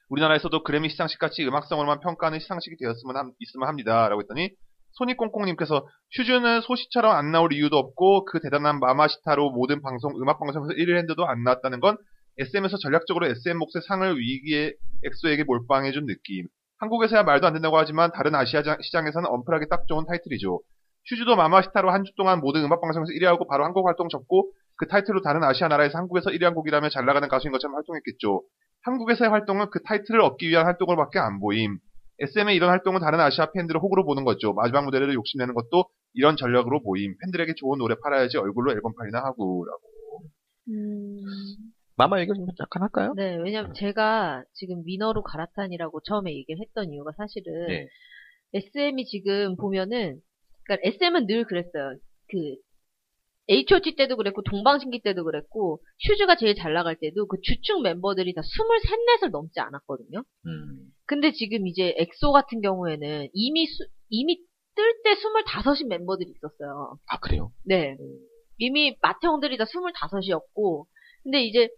우리나라에서도 그래미 시상식 같이 음악성으로만 평가하는 시상식이 되었으면 함- 있으면 합니다. 라고 했더니 손이꽁꽁님께서 슈즈는 소시처럼 안 나올 이유도 없고 그 대단한 마마시타로 모든 방송 음악 방송에서 1위 했는데도 안 나왔다는 건 SM에서 전략적으로 SM 몫의 상을 위기에 엑소에게 몰빵해준 느낌. 한국에서야 말도 안 된다고 하지만 다른 아시아 자- 시장에서는 언플하기 딱 좋은 타이틀이죠. 슈즈도 마마시타로 한 주 동안 모든 음악 방송에서 1위하고 바로 한국 활동 접고 그 타이틀로 다른 아시아 나라에서 한국에서 1위 한 곡이라며 잘 나가는 가수인 것처럼 활동했겠죠. 한국에서의 활동은 그 타이틀을 얻기 위한 활동으로밖에 안 보임. SM의 이런 활동은 다른 아시아 팬들을 호구로 보는 거죠. 마지막 무대를 욕심내는 것도 이런 전략으로 모임. 팬들에게 좋은 노래 팔아야지 얼굴로 앨범 팔이나 하고. 라고.
마마 얘기 좀 잠깐 할까요?
네, 왜냐면 제가 지금 민어로 갈아탄이라고 처음에 얘기를 했던 이유가 사실은
네.
SM이 지금 보면은 그러니까 SM은 늘 그랬어요. 그 H.O.T 때도 그랬고 동방신기 때도 그랬고 슈즈가 제일 잘 나갈 때도 그 주축 멤버들이 다 23, 4을 넘지 않았거든요.
음.
근데 지금 이제 엑소 같은 경우에는 이미 수- 이미 뜰 때 25인 멤버들이 있었어요.
아 그래요.
네. 이미 마태형들이 다 25이었고, 근데 이제,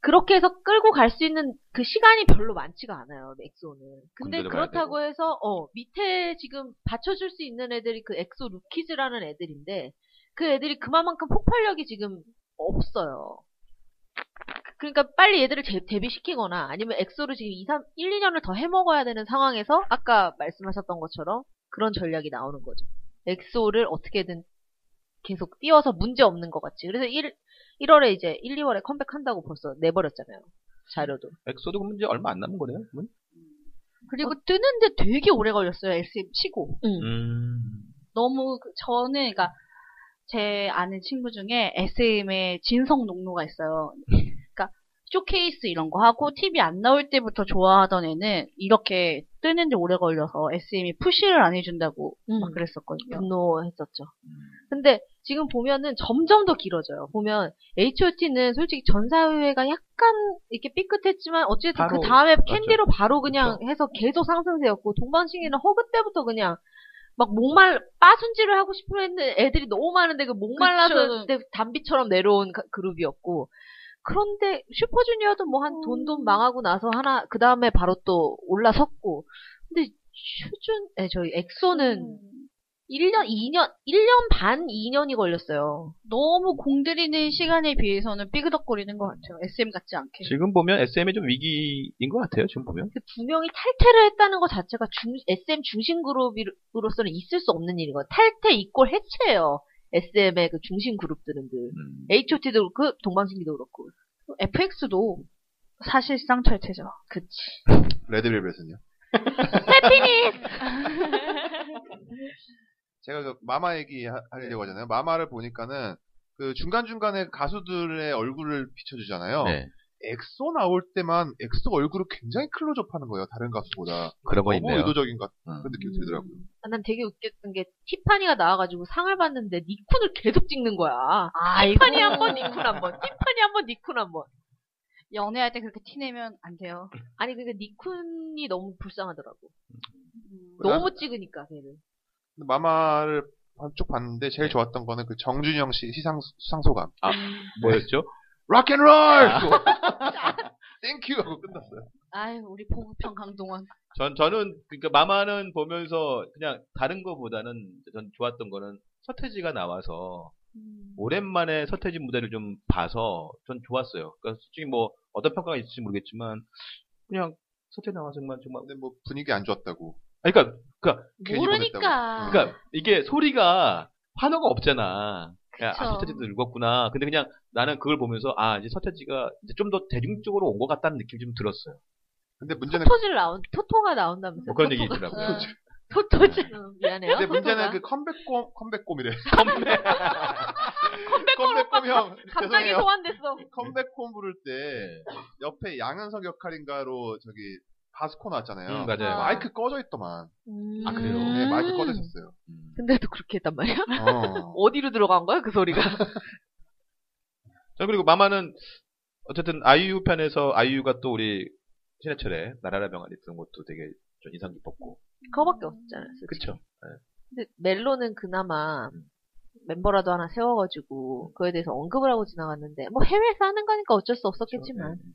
그렇게 해서 끌고 갈 수 있는 그 시간이 별로 많지가 않아요, 엑소는. 근데
군대도 가야
그렇다고 해서, 어, 밑에 지금 받쳐줄 수 있는 애들이 그 엑소 루키즈라는 애들인데, 그 애들이 그만큼 폭발력이 지금 없어요. 그러니까 빨리 얘들을 제- 데뷔시키거나 아니면 엑소를 지금 2, 3, 1, 2년을 더 해먹어야 되는 상황에서 아까 말씀하셨던 것처럼 그런 전략이 나오는 거죠. 엑소를 어떻게든 계속 띄워서 문제 없는 것 같이. 그래서 1, 1월에 이제 1, 2월에 컴백한다고 벌써 내버렸잖아요. 자료도.
엑소도 그럼 이제 얼마 안 남은 거네요. 그러면?
그리고 뜨는데 되게 오래 걸렸어요, SM 치고.
음.
너무 그- 저는 그러니까 제 아는 친구 중에 SM의 진성 농로가 있어요. 그러니까 쇼케이스 이런 거 하고 TV 안 나올 때부터 좋아하던 애는 이렇게 뜨는데 오래 걸려서 SM이 푸시를 안 해준다고 막 그랬었거든요.
분노했었죠. 근데 지금 보면은 점점 더 길어져요. 보면 H.O.T.는 솔직히 전 사회가 약간 이렇게 삐끗했지만 어쨌든
바로,
그 다음에
맞죠.
캔디로 바로 그냥 해서 계속 상승세였고 동방신기는 허그 때부터 그냥 막 목말 빠순질을 하고 싶어 했는 애들이 너무 많은데 그 목말라서
그쵸.
그때 담비처럼 내려온 가- 그룹이었고 그런데 슈퍼주니어도 뭐 한 돈 돈 망하고 나서 하나 그 다음에 바로 또 올라섰고 근데 슈준 에 저희 엑소는
음.
1년, 2년, 1년 반, 2년이 걸렸어요.
너무 공들이는 시간에 비해서는 삐그덕거리는 것 같아요. SM 같지
네.
않게.
지금 보면 SM이 좀 위기인 것 같아요. 지금 보면.
그 두 명이 탈퇴를 했다는 것 자체가 중- SM 중심 그룹으로서는 있을 수 없는 일이거든요. 탈퇴 이꼴 해체예요. SM의 그 중심 그룹들은 늘.
음.
H.O.T.도 그렇고, 동방신기도 그렇고.
FX도 사실상 철퇴죠.
그치.
레드벨벳은요? 제가 그 마마 얘기 하- 하려고 하잖아요. 마마를 보니까는 그 중간중간에 가수들의 얼굴을 비춰주잖아요.
네.
엑소 나올 때만 엑소 얼굴을 굉장히 클로즈업 하는 거예요. 다른 가수보다.
그런 거
너무
뭐 있네요.
의도적인 것 같은
음.
그런 느낌이 들더라고요.
아, 난 되게 웃겼던 게, 티파니가 나와가지고 상을 받는데 니쿤을 계속 찍는 거야.
아,
티파니 한 번, 니쿤 한 번. 티파니 한 번, 니쿤 한 번.
연애할 때 그렇게 티내면 안 돼요.
아니, 그러니까 그니까 니쿤이 너무 불쌍하더라고.
음.
너무 찍으니까, 걔를.
근데 마마를 한- 쭉 봤는데
네.
제일 좋았던 거는 그 정준영 씨 시상 수상 소감.
뭐였죠?
락앤롤! 땡큐 하고 끝났어요.
아유, 우리 보급형 강동원.
전 저는 그러니까 마마는 보면서 그냥 다른 거보다는 전 좋았던 거는 서태지가 나와서 오랜만에 서태지 무대를 좀 봐서 전 좋았어요. 그러니까 솔직히 뭐 어떤 평가가 있을지 모르겠지만 그냥 서태지 나와서 정말 정말 네.
근데 뭐 분위기 안 좋았다고.
아니, 그러니까 그러니까
괜히
모르니까.
보냈다고. 응.
그러니까 이게 소리가 환호가 없잖아. 그냥 아
그쵸.
서태지도 늙었구나. 근데 그냥 나는 그걸 보면서 아 이제 서태지가 이제 좀 더 대중적으로 온 것 같다는 느낌 이좀 들었어요.
그
근데 문제는
토질 나온 토토가 나온다면서
뭐 그런 얘기 있더라고요.
어.
토토지 어, 미안해요.
근데
토토가.
문제는 그 컴백곰 컴백곰이래.
컴백홈
컴백홈 형
갑자기
죄송해요.
소환됐어.
컴백홈 부를 때 옆에 양현석 역할인가로 저기 바스코 나왔잖아요.
음, 맞아요.
아.
마이크 꺼져 있더만.
아, 그래요?
네, 마이크 꺼져 있었어요.
음.
음. 근데도 그렇게 했단 말이야?
어.
어디로 들어간 거야 그 소리가?
자, 그리고 마마는 어쨌든 아이유 편에서 아이유가 또 우리 신해철의 나라라 병아리 부른 것도 되게 좀 인상 깊었고.
그거밖에 없잖아요.
그쵸.
근데 멜로는 그나마
음.
멤버라도 하나 세워가지고 그에 대해서 언급을 하고 지나갔는데 뭐 해외에서 하는 거니까 어쩔 수 없었겠지만
그렇죠.
네.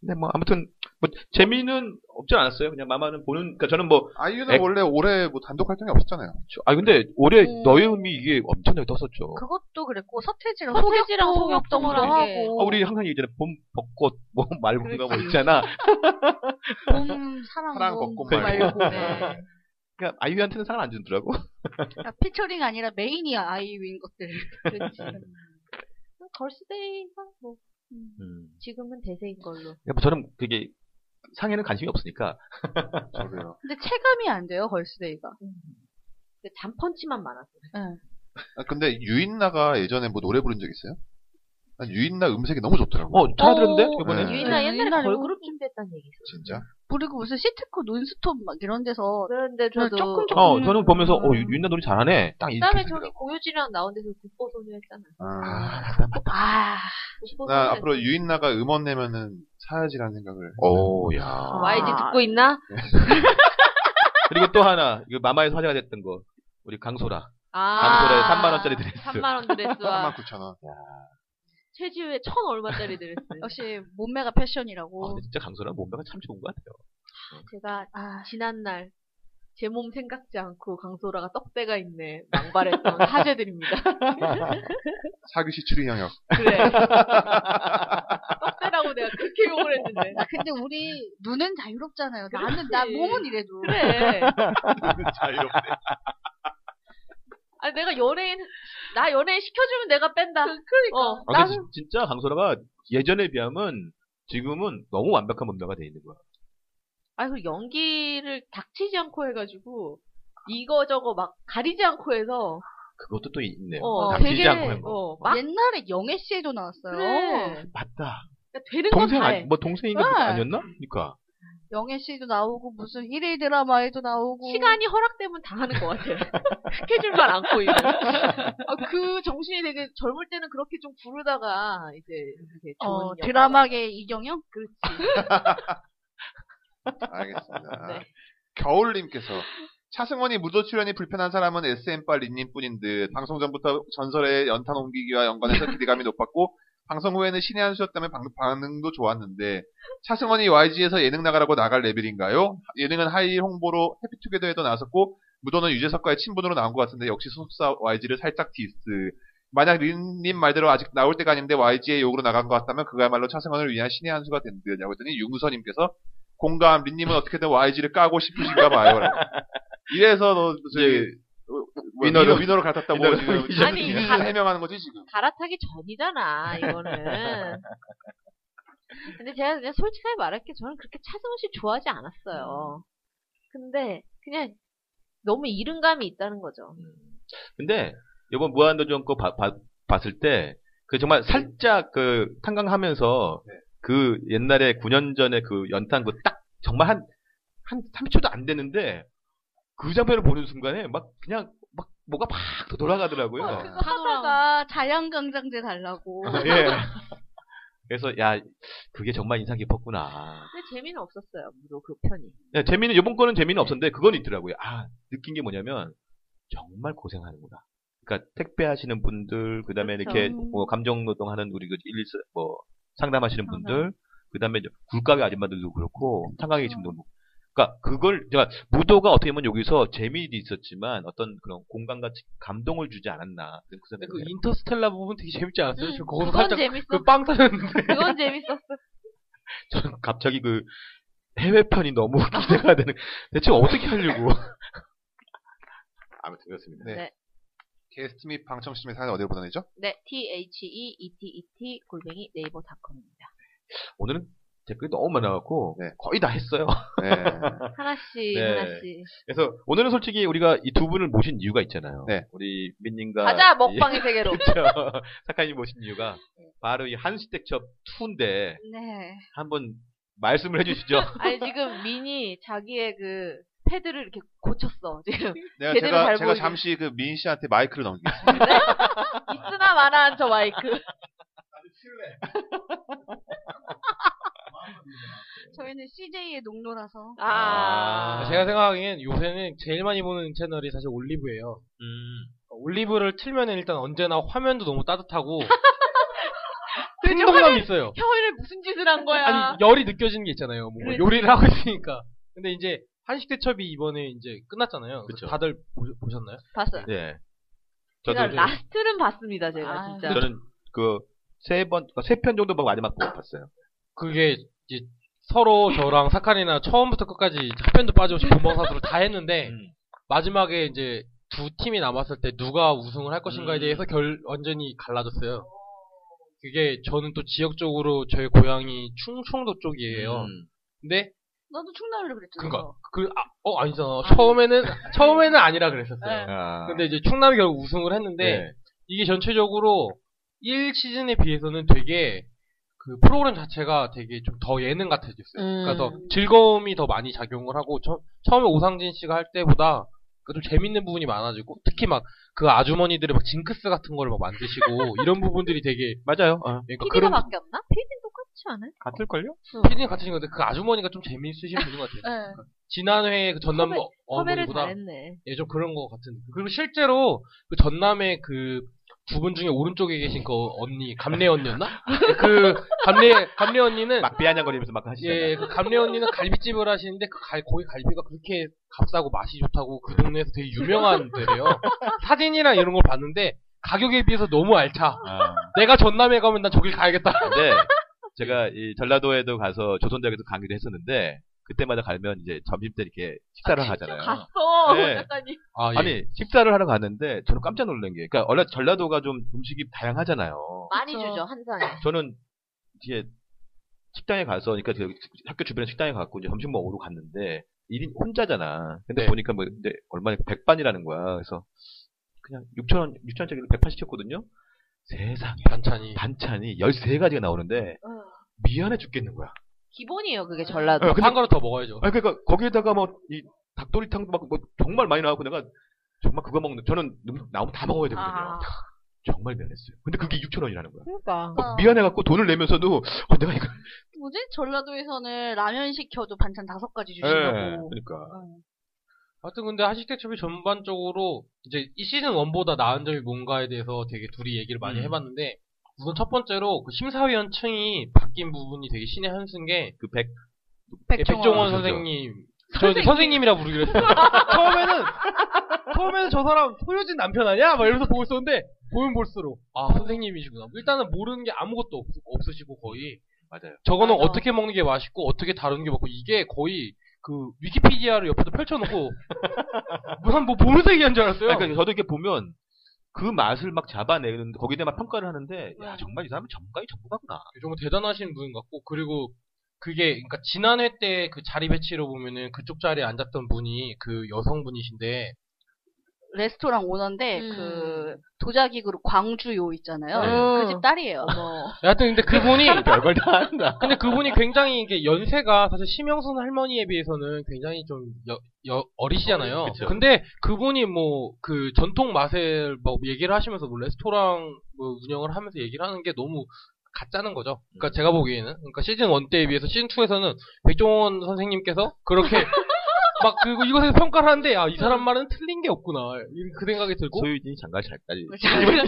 근데 뭐 아무튼 뭐 재미는 없지 않았어요. 그냥 마마는 보는 그러니까 저는 뭐
아이유는
액-
원래 올해 뭐 단독 활동이 없었잖아요.
아 근데 올해
네.
음.
너의 음이 이게 엄청나게 떴었죠.
그것도 그랬고, 서태지랑
서태지랑
동으로
소격동으로
그러니까 하고,
아, 우리 항상 얘기하는 봄 벚꽃 뭐 말곤가
그렇죠.
뭐
그렇지.
있잖아.
봄, 사랑,
사랑
봄
벚꽃
말고.
말고.
네.
그러니까 아이유한테는 상을 안 주더라고.
그러니까 피처링 아니라 메인이 아이유인 것들.
그렇지. 음, 걸스데이가 뭐 지금은 대세인 걸로.
그러니까 저는 그게 상에는 관심이 없으니까
저도요.
근데 체감이 안 돼요, 걸스데이가.
근데 잔펀치만 많았어.
아, 근데 유인나가 예전에 뭐 노래 부른 적 있어요? 난 유인나 음색이 너요 너무 좋더라고.
어 잘하던데
어,
이번에
네.
유인아
네,
옛날에
옛날에
걸그룹 준비했다는 얘기 있어.
진짜.
그리고 무슨 시트코 논스톱 막 이런 데서
그런데
그냥
저도
조금 조금
어 저는 보면서 어 유- 윤나 노래 잘하네. 딱이
음. 그다음에 저기 고유진이랑 나온 데서 국보소녀 했잖아.
아,
아,
나
그 국보소녀
앞으로 유인나가 음원 내면은 사야지라는 생각을.
어. 오야.
YG 듣고 있나?
그리고 또 하나 이거 마마에서 화제가 됐던 거 우리 강소라
아.
강소라의 3만 원짜리 드레스.
3만 원 드레스와
39,000원.
최지우의 1 얼마짜리 드레스.
역시 몸매가
아,
패션이라고.
근데 진짜 강소라 몸매가 참 좋은 것 같아요.
제가 아, 지난 날 제 몸 생각지 않고 강소라가 떡대가 있네 망발했던 사제들입니다.
사규시 추리 영역.
그래. 떡대라고 내가 그렇게 욕을 했는데.
아, 근데 우리 눈은 자유롭잖아요. 나는 나 몸은
어,
이래도.
그래.
자유롭게.
아 내가 연예인 나 연예인 시켜주면 내가 뺀다. 그러니까. 어,
아, 근데 진- 진짜 강소라가 예전에 비하면 지금은 너무 완벽한 몸매가 돼 있는 거야.
아, 그 연기를 닥치지 않고 해가지고, 이거저거 막 가리지 않고 해서,
그것도 또 있네요.
어,
남기지
되게,
않고 뭐. 한 거.
어, 막
옛날에 영애 씨에도 나왔어요.
그래.
맞다.
그러니까 되는
동생
건다
아니,
해.
뭐 동생인가
네.
아니었나? 그러니까
영애 씨도 나오고 무슨 일일 드라마에도 나오고
어. 시간이 허락되면 다 하는 것 같아요. 스케줄만 안 꼬이고. 아, 그 정신이 되게 젊을 때는 그렇게 좀 구르다가 이제 이렇게 좋은
어,
영화가- 아.
드라마계 이경영?
그렇지.
알겠습니다.
네.
겨울님께서 차승원이 무도 출연이 불편한 사람은 SM빨리님 뿐인 듯 방송 전부터 전설의 연탄 옮기기와 연관해서 기대감이 높았고 방송 후에는 신의 한 수였 다면 반응도 좋았는데 차승원이 YG에서 예능 나가라고 나갈 레벨인가요? 예능은 하이 홍보로 해피투게더에도 나섰고 무도는 유재석과의 친분으로 나온 것 같은데 역시 소속사 YG를 살짝 디스. 만약 린님 말대로 아직 나올 때가 아닌데 YG의 욕으로 나간 것 같다면 그야말로 차승원을 위한 신의 한 수가 된 듯이라고 했더니 윤우서님께서 공감, 린님은 어떻게든 YG를 까고 싶으신가 봐요. 라고. 이래서 너, 저기,
이제
어, 뭐야,
위너로-
위너, 위너로 갈았다고
위너로-
지금
위너로-
아니, 이
위너로-
해명하는 거지, 지금.
갈아타기 전이잖아, 이거는. 근데 제가 그냥 솔직하게 말할게. 저는 그렇게 차승원 씨 좋아하지 않았어요. 근데 그냥 너무 이른감이 있다는 거죠.
근데 이번 무한도전 거 봐- 봐- 봤을 때 그 정말 살짝 그 탄강하면서 그 옛날에 9년 전에 그 연탄 그 딱 정말 한 한 3초도 안 됐는데 그 장면을 보는 순간에 막 그냥 막 뭐가 막 돌아가더라고요.
어, 그거
하다가 자양강장제 달라고
아,
예. 그래서 야 그게 정말 인상 깊었구나.
근데 재미는 없었어요. 무도 그 편이.
네, 재미는 요번 거는 재미는 없었는데 그건 있더라고요. 아 느낀 게 뭐냐면 정말 고생하는구나. 그러니까 택배하시는 분들, 그다음에
그렇죠.
이렇게 뭐 감정노동하는 우리 그 일일 뭐 상담하시는 분들, 그다음에 이제 굴가게 아줌마들도 그렇고 탄광에 계신 분들. 그러니까 그걸 제가 무도가 어떻게 보면 여기서 재미도 있었지만 어떤 그런 공감 같이 감동을 주지 않았나 그런 그
근데
생각이
그
들어요.
인터스텔라 부분 되게 재밌지 않았어요?
응,
저 그거
그건
살짝
재밌어.
그 빵 터졌는데
그건 재밌었어.
저는 갑자기 그 해외 편이 너무 기대가 되는. 대체 어떻게 하려고? 아무튼 그렇습니다.
네.
네.
게스트 및 방청심의 사연 어디로 보내죠?
네, t h e e t e t 골뱅이 네이버닷컴입니다.
오늘은 댓글이 너무 많아갖고
네.
거의 다 했어요.
네.
하나씩
네.
하나씩.
그래서 오늘은 솔직히 우리가 이 두 분을 모신 이유가 있잖아요.
네.
우리 민님과
가자 먹방의 네. 세계로.
그렇죠. 사카님 모신 이유가 바로 이 한시댁첩 2인데
네.
한번 말씀을 해주시죠.
아니 지금 민이 자기의 그 패드를 이렇게 고쳤어 지금.
내가
제대로
제가
잘
제가
보이게.
잠시 그 미인 씨한테 마이크를 넘기겠습니다.
있으나 마나한 저 마이크.
저희는 CJ의 농노라서
아.
아.
제가 생각하기엔 요새는 제일 많이 보는 채널이 사실 올리브예요.
음,
올리브를 틀면 일단 언제나 화면도 너무 따뜻하고
도대체
생동감 이 있어요.
혀를 무슨 짓을 한 거야?
아니 열이 느껴지는 게 있잖아요. 뭔가
그렇지.
요리를 하고 있으니까. 근데 이제 한식 대첩이 이번에 이제 끝났잖아요. 그래서
그쵸.
다들 보, 셨나요
봤어요.
네.
제가
저도
이제-
라스트는 봤습니다 제가
아,
진짜.
저는 그 세번 세 편 정도 막 마지막 보고 봤어요.
그게 이제 서로 저랑 사카리나 처음부터 끝까지 합변도 빠지고 본방사수를 다 했는데
음.
마지막에 이제 두 팀이 남았을 때 누가 우승을 할 것인가에
음.
대해서 결 완전히 갈라졌어요. 그게 저는 또 지역적으로 저의 고향이 충청도 쪽이에요.
음.
근데
나도 충남을 그랬잖아.
그러니까
그니까 그어 아니잖아. 처음에는 처음에는 아니라 그랬었어요.
네.
아.
근데 이제 충남이 결국 우승을 했는데
네.
이게 전체적으로 1 시즌에 비해서는 되게 그 프로그램 자체가 되게 좀 더 예능 같아졌어요.
음.
그러니까 더 즐거움이 더 많이 작용을 하고 처, 음에 오상진 씨가 할 때보다 그좀 재밌는 부분이 많아지고 특히 막 그 아주머니들의 막 징크스 같은 걸 막 만드시고 이런 부분들이 되게
맞아요. 어.
그러니까
PD가
그런
바뀌었나? PD는 똑같지 않아요?
같을걸요?
PD는 같은 건데 그 아주머니가 좀 재미있으신 분인 것 같아요.
네.
지난해 그 전남
섭외-
어, 머니
섭외를
보다
잘했네.
예, 좀 그런 것 같은. 그리고 실제로 그 전남에 그 두 분 중에 오른쪽에 계신 그 언니, 감래 언니였나? 그 감래 감래 언니는
막 비아냥거리면서 막 하시잖아요.
예, 그 감래 언니는 갈비집을 하시는데 그 갈, 거기 갈비가 그렇게 값싸고 맛이 좋다고 그 동네에서 되게 유명한 데래요. 사진이랑 이런 걸 봤는데 가격에 비해서 너무 알차.
아.
내가 전남에 가면 난 저길 가야겠다.
근데 제가 이 전라도에도 가서 조선대학에도 강의를 했었는데 그때마다 가면 이제 점심때 이렇게 식사를 하잖아요.
갔어.
네.
작가님.
아, 예.
아니 식사를 하러 갔는데 저는 깜짝 놀란 게 그러니까 원래 전라도가 좀 음식이 다양하잖아요.
많이
그쵸.
주죠 한 잔에.
저는 이제 식당에 가서 그러니까 그 학교 주변에 식당에 갖고 이제 점심 먹으러 갔는데 일인 혼자잖아. 근데
네.
보니까 뭐 근데 얼마나 백반이라는 거야. 그래서 그냥 6,000원, 6,000원짜리를 180였거든요? 세상에.
반찬이
반찬이 13가지가 나오는데, 미안해 죽겠는 거야.
기본이에요, 그게 전라도.
어, 근데-
한 그릇 더 먹어야죠.
아 그러니까 거기에다가 뭐 이 닭도리탕도 막 뭐 정말 많이 나왔고 내가 정말 그거 먹는 저는 음식 나오면 다 먹어야 되거든요.
아.
정말 미안했어요. 근데 그게 6천 원이라는 거야.
그러니까.
막 미안해갖고 돈을 내면서도 어, 내가 이거
뭐지? 전라도에서는 라면 시켜도 반찬 다섯 가지
예,
네.
주신다고.
그러니까
하여튼 근데 한식대첩이 전반적으로 이제 이 시즌 1보다 나은 점이 뭔가에 대해서 되게 둘이 얘기를 많이
음.
해봤는데 우선 첫 번째로 그 심사위원층이 바뀐 부분이 되게 신의 한 수인 게
그 백
백종원.
백종원
그죠.
선생님 저 이제 선생님이라 부르기로 했어요. 처음에는 처음에는 저 사람 소유진 남편 아니야? 막 이러면서 보고 있었는데 보면 볼수록 아 선생님이시구나. 일단은 모르는 게 아무것도 없, 없으시고 거의
맞아요.
저거는
맞아.
어떻게 먹는 게 맛있고 어떻게 다루는 게 먹고 이게 거의 그 위키피디아를 옆에다 펼쳐놓고 무슨 뭐 보면서 얘기한 줄 알았어요.
그러니까 저도 이렇게 보면 그 맛을 막 잡아내는데 거기에 막 평가를 하는데 야 정말 이 사람은 전문가이 전문가구나.
정말 대단하신 분 같고 그리고 그게 그러니까 지난해 때 그 자리 배치로 보면은 그쪽 자리에 앉았던 분이 그 여성분이신데
레스토랑 오너인데
음.
그 도자기 그룹 광주요 있잖아요.
네.
그 집 딸이에요. 뭐.
여하튼 근데 그분이
별걸 다 한다.
근데 그분이 굉장히 이게 연세가 사실 심영순 할머니에 비해서는 굉장히 좀 여, 여- 어리시잖아요.
그쵸.
근데 그분이 뭐 그 전통 맛을 뭐 얘기를 하시면서 뭐 레스토랑 뭐 운영을 하면서 얘기를 하는 게 너무 가짜는 거죠. 그러니까 제가 보기에는 그러니까 시즌 1 때에 비해서 시즌 2에서는 백종원 선생님께서 그렇게 막 그리고 이것에 평가를 하는데 아 이 사람 말은 틀린 게 없구나 이- 그 생각이 들고
소유진이 장가를 잘 따지.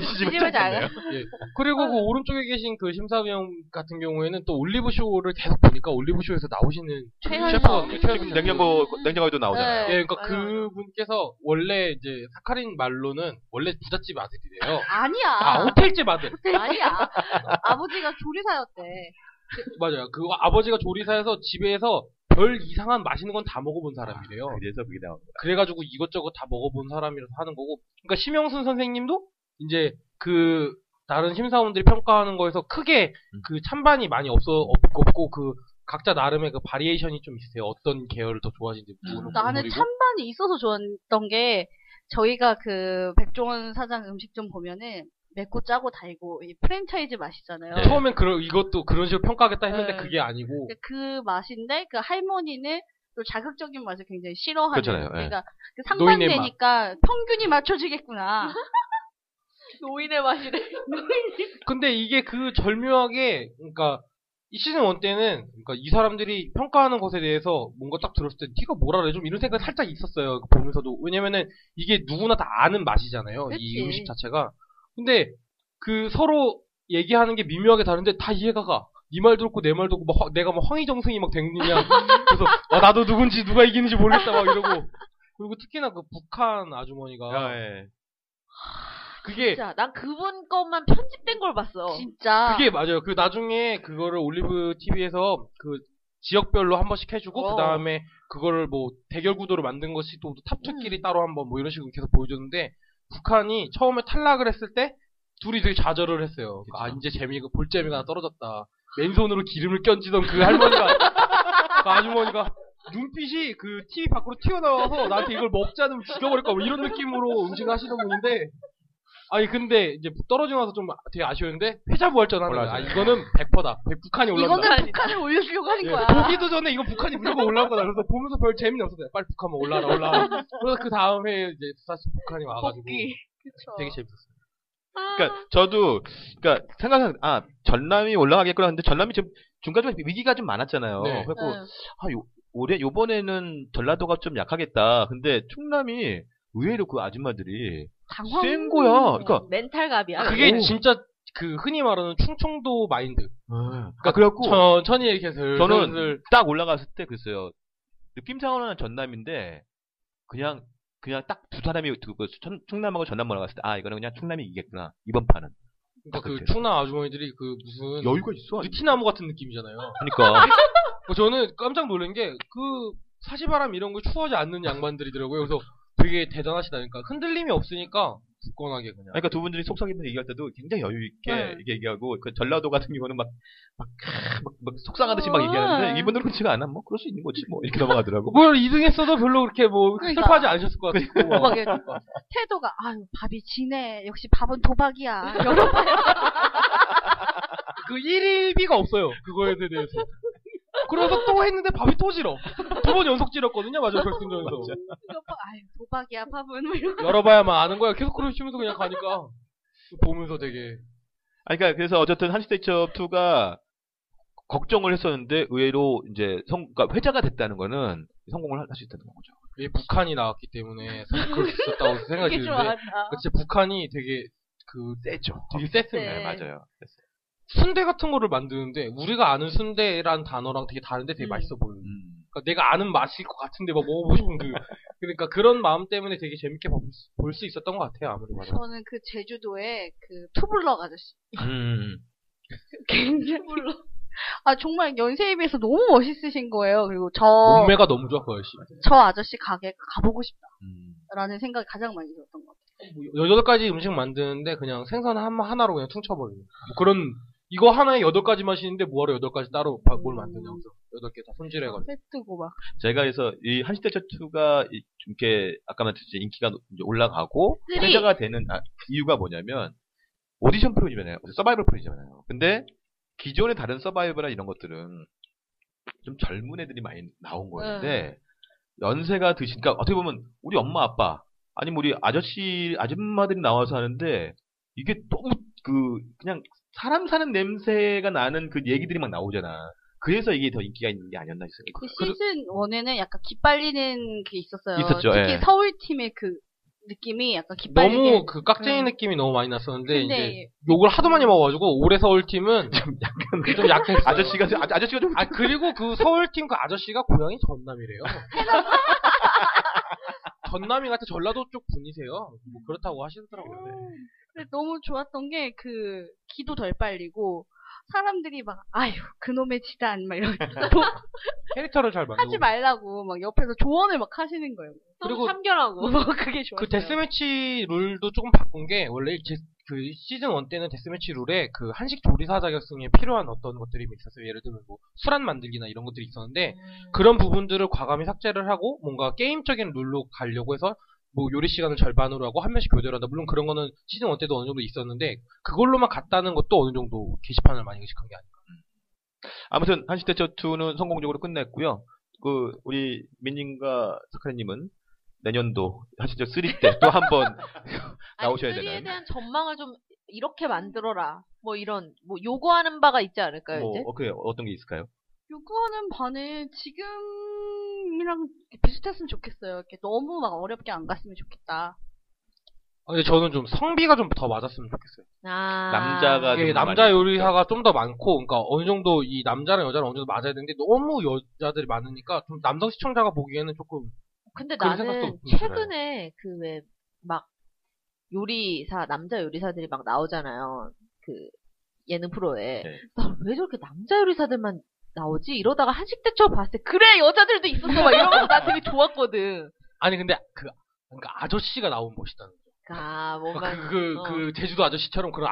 시집을 잘 가.
그리고
아.
그 오른쪽에 계신 그 심사위원 같은 경우에는 또 올리브 쇼를 계속 보니까 올리브 쇼에서 나오시는 그
최현석.
아,
셰프가
지금 냉장고 냉장고에도 나오잖아요.
네.
예, 그러니까
맞아요.
그분께서 원래 이제 사카린 말로는 원래 부잣집 아들이래요.
아니야.
아, 호텔집 아들.
아니야. 아버지가 조리사였대.
맞아요. 그 아버지가 조리사에서 집에서 별 이상한 맛있는 건 다 먹어본 사람이래요.
그래서 그게 나오는 거야.
그래가지고 이것저것 다 먹어본 사람이라서 하는 거고. 그러니까 심영순 선생님도 이제 그 다른 심사원들이 평가하는 거에서 크게
음.
그 찬반이 많이 없어 없- 없고 그 각자 나름의 그 바리에이션이 좀 있으세요. 어떤 계열을 더 좋아하시는지 물어보고
음, 나는 찬반이 있어서 좋았던 게 저희가 그 백종원 사장 음식점 보면은 맵고 짜고 달고 이 프랜차이즈 맛이잖아요.
네.
처음엔 그런 이것도 그런 식으로 평가하겠다 했는데
네.
그게 아니고
근데 그 맛인데 그 할머니는 또 자극적인 맛을 굉장히 싫어하는
그렇잖아요, 예.
그러니까 그
노인의
상반되니까 평균이 맞춰지겠구나.
노인의 맛이래.
근데 이게 그 절묘하게 그러니까 이 시즌 1 때는 그러니까 이 사람들이 평가하는 것에 대해서 뭔가 딱 들었을 때 티가 뭐라 그래 좀 이런 생각이 살짝 있었어요 그 보면서도 왜냐면은 이게 누구나 다 아는 맛이잖아요
그치.
이 음식 자체가 근데 그 서로 얘기하는 게 미묘하게 다른데 다 이해가 가. 네 말도 그렇고 내 말도 그렇고 막 허- 내가 막 황희정승이 막 됐느냐 그래서 아, 나도 누군지 누가 이기는지 모르겠다 막 이러고 그리고 특히나 그 북한
어.
아주머니가
예.
그게
진짜 난 그분 것만 편집된 걸 봤어.
진짜.
그게 맞아요. 그 나중에 그거를 올리브 TV에서 그 지역별로 한 번씩 해주고
어.
그 다음에 그거를 뭐 대결 구도로 만든 것이 또 탑투끼리 따로 한번 뭐 이런 식으로 계속 보여줬는데 북한이 처음에 탈락을 했을 때 둘이 되게 좌절을 했어요. 아 이제 재미가 볼 재미가 하나 떨어졌다. 맨손으로 기름을 껴지던 그 할머니가 그 아주머니가 눈빛이 그 TV 밖으로 튀어나와서 나한테 이걸 먹지 않으면 죽여버릴 거야 뭐 이런 느낌으로 음식을 하시는 분인데 아니 근데 이제 떨어지고 나서 좀 되게 아쉬웠는데 회자부활전 하는 거야 아,
올라가요.
이거는 100%다 북한이 올라온다
이거는 북한을 올려주려고 하는
예,
거야.
그러니까
보기도 전에 이거 북한이 무조건 올라올 거다 그래서 보면서 별 재미는 없었어요 빨리 북한 뭐 올라라 올라라 그래서 그 다음에 이제 사실 북한이 와가지고
복귀.
되게 재밌었어요
아,
그러니까 저도 그러니까 생각상 아 전남이 올라가겠구나 근데 전남이 지금 중간중간 위기가 좀 많았잖아요.
네.
그래서
네.
아 요, 올해 요번에는 전라도가 좀 약하겠다. 근데 충남이 의외로 그
네.
아줌마들이
당황.
센 거야. 그러니까
어, 멘탈갑이야.
그게
오.
진짜 그 흔히 말하는 충청도 마인드
아 그래갖고
천천히 이렇게
저는
슬슬
딱 올라갔을 때 그랬어요. 느낌상으로는 전남인데 그냥 그냥 딱 두 사람이 그- 그 천- 충남하고 전남 올라갔을 때 아 이거는 그냥 충남이 이기겠구나 이번 판은
그러니까 그
아, 그렇게.
충남 아주머니들이 그 무슨
여유가 있어.
느티나무 같은 느낌이잖아요
그러니까
어, 저는 깜짝 놀란 게 그 사시바람 이런 거 추워지 않는 양반들이더라고요. 그래서 되게 대단하시다니까 흔들림이 없으니까 굳건하게 그냥.
그러니까 두 분들이 속삭이면서 얘기할 때도 굉장히 여유 있게
네.
이렇게 얘기하고 그 전라도 같은 경우는 막 막 막, 막 속상하듯이 막 얘기하는데
네.
이분들은 그렇지가 않아 뭐 그럴 수 있는 거지 뭐 이렇게 넘어가더라고
뭘 2등했어도 별로 그렇게 뭐
그러니까.
슬퍼하지 않으셨을 것뭐 같고.
막 이렇게 태도가 아유 밥이 지네 역시 밥은 도박이야 이런
그 1일비가 없어요. 그거에 대해서. 그래서 또 했는데 밥이 또 질어. 두 번 연속 질었거든요. 맞아 결승전에서.
오빠 뭐, 아유 도박이야 밥은 뭐 이런
열어봐야만 아는 거야. 계속 그러시면서 그냥 가니까 보면서 되게
아 그러니까 그래서 어쨌든 한시대첩 2가 걱정을 했었는데 의외로 이제 성 그러니까 회자가 됐다는 거는 성공을 할 수 있다는 거죠
이게 북한이 나왔기 때문에 사실 그럴 수 있었다고 생각이
게
드는데
좋아한다.
그 진짜 북한이 되게 그
세죠
되게 셌어요.
네.
맞아요
순대 같은 거를 만드는데 우리가 아는 순대란 단어랑 되게 다른데 되게
음.
맛있어 보여요. 그러니까 내가 아는 맛일 것 같은데 막 먹어보고 싶은 그 그러니까 그런 마음 때문에 되게 재밌게 볼 수 있었던 것 같아요. 아무리 봐도.
저는 그 제주도에 그 투블럭 아저씨
음.
굉장히 아 정말 연세에 비해서 너무 멋있으신 거예요. 그리고 저 저
몸매가 너무 그 좋았어요. 씨.
아저씨 가게 가보고
음.
싶다라는 생각이 가장 많이 들었던 것 같아요.
뭐 여덟 가지 음식 만드는데 그냥 생선 한- 하나로 그냥 퉁쳐버리는 뭐 그런 이거 하나에 여덟 가지 맛있는데 뭐하러 여덟 가지 따로 바- 뭘 만드냐고 해서 여덟 개 다 손질해가지고
세트고 막
제가 그래서 이 한시대첩 2가 이렇게 아까 말했듯이 인기가 노- 이제 올라가고
쓰리.
회자가 되는 아, 이유가 뭐냐면 오디션 프로잖아요. 서바이벌 프로잖아요. 근데 기존의 다른 서바이벌이나 이런 것들은 좀 젊은 애들이 많이 나온 거였는데 연세가 드신 그러니까 어떻게 보면 우리 엄마 아빠 아니면 우리 아저씨 아줌마들이 나와서 하는데 이게 너무 그 그냥 사람 사는 냄새가 나는 그 얘기들이 막 나오잖아. 그래서 이게 더 인기가 있는 게 아니었나
그
싶어요.
시즌 1에는 약간 기빨리는 게 있었어요.
있었죠,
특히
예.
서울 팀의 그 느낌이 약간 기빨리는
너무 그 깍쟁이
음.
느낌이 너무 많이 났었는데 이제
근데
욕을 하도 많이 먹어가지고 올해 서울 팀은
약간
좀 약했어요.
아저씨가 아, 아저씨가 좀
아 그리고 그 서울 팀 그 아저씨가 고향이 전남이래요. 전남이 같은 전라도 쪽 분이세요. 뭐 그렇다고 하시더라고요. 네.
음. 근데 너무 좋았던 게 그 기도 덜 빨리고 사람들이 막 아유 그놈의 지단 막 이런
캐릭터를 잘 만들고.
하지 말라고 막 옆에서 조언을 막 하시는 거예요.
그리고
그리고 참견하고 뭐 그게 좋아.
그 데스매치 룰도 조금 바꾼 게 원래 이 제- 그 시즌 1 때는 데스매치 룰에 그 한식 조리사 자격증에 필요한 어떤 것들이 있었어요. 예를 들면 뭐 수란 만들기나 이런 것들이 있었는데 그런 부분들을 과감히 삭제를 하고 뭔가 게임적인 룰로 가려고 해서 뭐 요리 시간을 절반으로 하고 한 명씩 교대를 한다. 물론 그런 거는 시즌 1 때도 어느 정도 있었는데 그걸로만 갔다는 것도 어느 정도 게시판을 많이 의식한 게 아닌가.
아무튼 한시대처 2는 성공적으로 끝냈고요. 그 우리 민님과 사카리님은 내년도 한시대처 3 때 또 한 번 나오셔야
아니, 쓰리에
되나요?
대한 전망을 좀 이렇게 만들어라. 뭐 이런 뭐 요구하는 바가 있지 않을까요
뭐
이제?
어, 그 어떤 게 있을까요?
요구하는 반은 지금이랑 비슷했으면 좋겠어요. 이렇게 너무 막 어렵게 안 갔으면 좋겠다.
아, 근데 저는 좀 성비가 좀 더 맞았으면 좋겠어요.
아.
남자가
예,
좀
남자
많이-
요리사가 좀 더 많고, 그러니까 어느 정도 이 남자랑 여자랑 어느 정도 맞아야 되는데 너무 여자들이 많으니까 좀 남성 시청자가 보기에는 조금
근데
그런
나는
생각도 좀
최근에 그 왜 막 요리사 남자 요리사들이 막 나오잖아요. 그 예능 프로에
네.
나 왜 저렇게 남자 요리사들만 나오지? 이러다가 한식 대첩 봤을 때 그래 여자들도 있었어 막 이러면서 나 되게 좋았거든.
아니 근데 그 그러니까 아저씨가 나오면 멋있다는 거죠.
아 뭔가
그러니까 그, 그,
어.
그 제주도 아저씨처럼 그런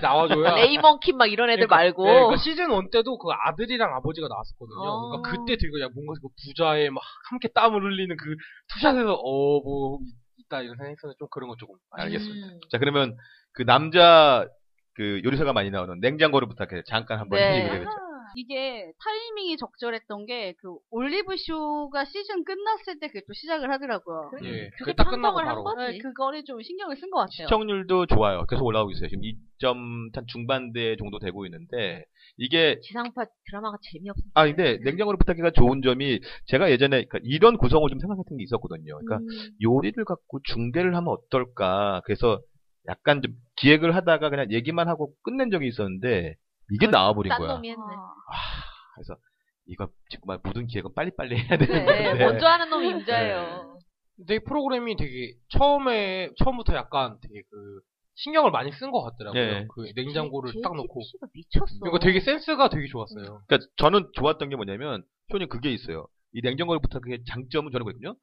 나와줘야
레이먼킴 막 이런 애들
그러니까,
말고
예, 그러니까 시즌 1 때도 그 아들이랑 아버지가 나왔었거든요.
어.
그러니까 그때 되게 그냥 뭔가 그 부자의 막 함께 땀을 흘리는 그 투샷에서 어 뭐 있다 이런 생각했었는데 좀 그런 거 조금
알겠습니다.
음.
자 그러면 그 남자 그 요리사가 많이 나오는 냉장고를 부탁해 잠깐 한번
네.
해주게 되겠죠.
이게 타이밍이 적절했던 게 그 올리브 쇼가 시즌 끝났을 때 그게 또 시작을 하더라고요.
그래?
예,
그게
그딱 끝나고
판정을 한
바로
거?
네, 그거를 좀 신경을 쓴 것
음.
같아요.
시청률도 좋아요. 계속 올라오고 있어요. 지금 2점 한 중반대 정도 되고 있는데 이게
지상파 드라마가 재미없어.
아 근데 냉장고를 부탁해가 좋은 점이 제가 예전에 그러니까 이런 구성을 좀 생각했던 게 있었거든요. 그러니까 요리를 갖고 중계를 하면 어떨까. 그래서 약간 좀 기획을 하다가 그냥 얘기만 하고 끝낸 적이 있었는데 이게 나와버린
아, 딴
거야.
놈이 했네.
아,
이거 정말 모든 기획은 빨리빨리 해야 되는데
네, 먼저 하는 놈이 임자예요.
되게 프로그램이 되게 처음에 처음부터 약간 되게 그 신경을 많이 쓴 것 같더라고요.
네.
그 냉장고를 딱 놓고
JTBC 가 미쳤어. 음.
그러니까 되게 센스가 되게 좋았어요.
그러니까 저는 좋았던 게 뭐냐면 쇼님 그게 있어요. 이 냉장고를 부탁해 장점은 저는 거든요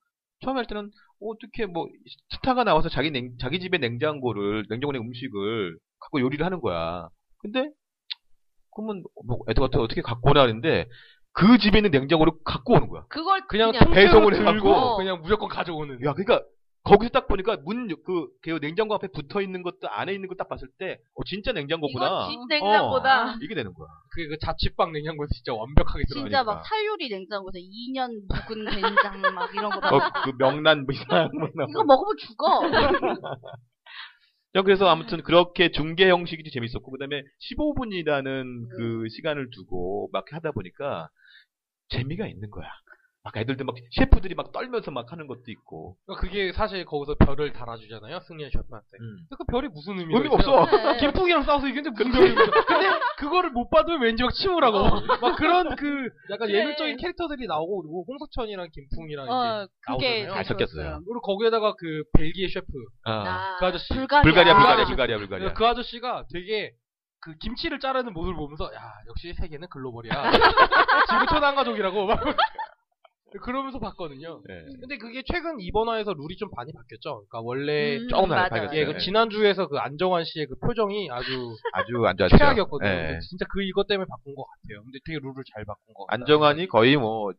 처음에 할 때는 어떻게 뭐 스타가 나와서 자기 냉, 자기 집의 냉장고를 냉장고에 음식을 갖고 요리를 하는 거야. 근데 그러면 뭐 에드워터 어떻게 갖고 오나 하는데 그 집에 있는 냉장고를 갖고 오는 거야.
그걸
그냥
그냥, 어.
배송을
통째로 들고
해갖고.
그냥 무조건 가져오는.
야, 그러니까 거기서 딱 보니까 문그 냉장고 앞에 붙어 있는 것도 안에 있는 것 딱 봤을 때 어, 진짜
이거
냉장고구나.
집 냉장고다.
어, 이게 되는 거야.
그게 그 자취방 냉장고에 진짜 완벽하게 들어가.
진짜
그러니까.
막 사유리 냉장고에서 2년 묵은 된장 막 이런 거. 막
어, 그 명란 뭐 이상한 거 나오고.
이거 먹으면 죽어. 네.
야, 그래서 아무튼 그렇게 중계 형식이 재밌었고 그다음에 15분이라는 그 시간을 두고 막 하다 보니까 재미가 있는 거야. 막 애들들 막 셰프들이 막 떨면서 막 하는 것도 있고.
그게 사실 거기서 별을 달아주잖아요. 승리의 셰프한테. 근데 그 별이 무슨 의미가
의미가
있어요?
없어.
네.
김풍이랑 싸워서 이겼는데 무슨 별이 있어? 근데 그거를 못 받으면 왠지 막 침울하고 막 그런 그 약간
어. 그래.
예술적인 캐릭터들이 나오고 그리고 홍석천이랑 김풍이랑 이렇게
어, 그게
나오잖아요.
잘
잘 섞였어요.
들었어요.
그리고 거기에다가 그 벨기에 셰프
아.
나-
그 아저씨
불가리아.
불가리아 불가리아
아.
불가리아 불가리아.
그 아저씨가 되게 그 김치를 자르는 모습을 보면서 야 역시 세계는 글로벌이야 지구촌 한 가족이라고 막 그러면서 봤거든요.
네.
근데 그게 최근 이번화에서 룰이 좀 많이 바뀌었죠. 그러니까 원래
음,
조금
맞아요.
알파겠어요.
예, 그 지난주에서 그 안정환 씨의 그 표정이 아주
아주 안 좋았죠.
최악이었거든요.
예.
근데 진짜 그 이것 때문에 바꾼 것 같아요. 근데 되게 룰을 잘 바꾼 것 같아요.
안정환이 거의 뭐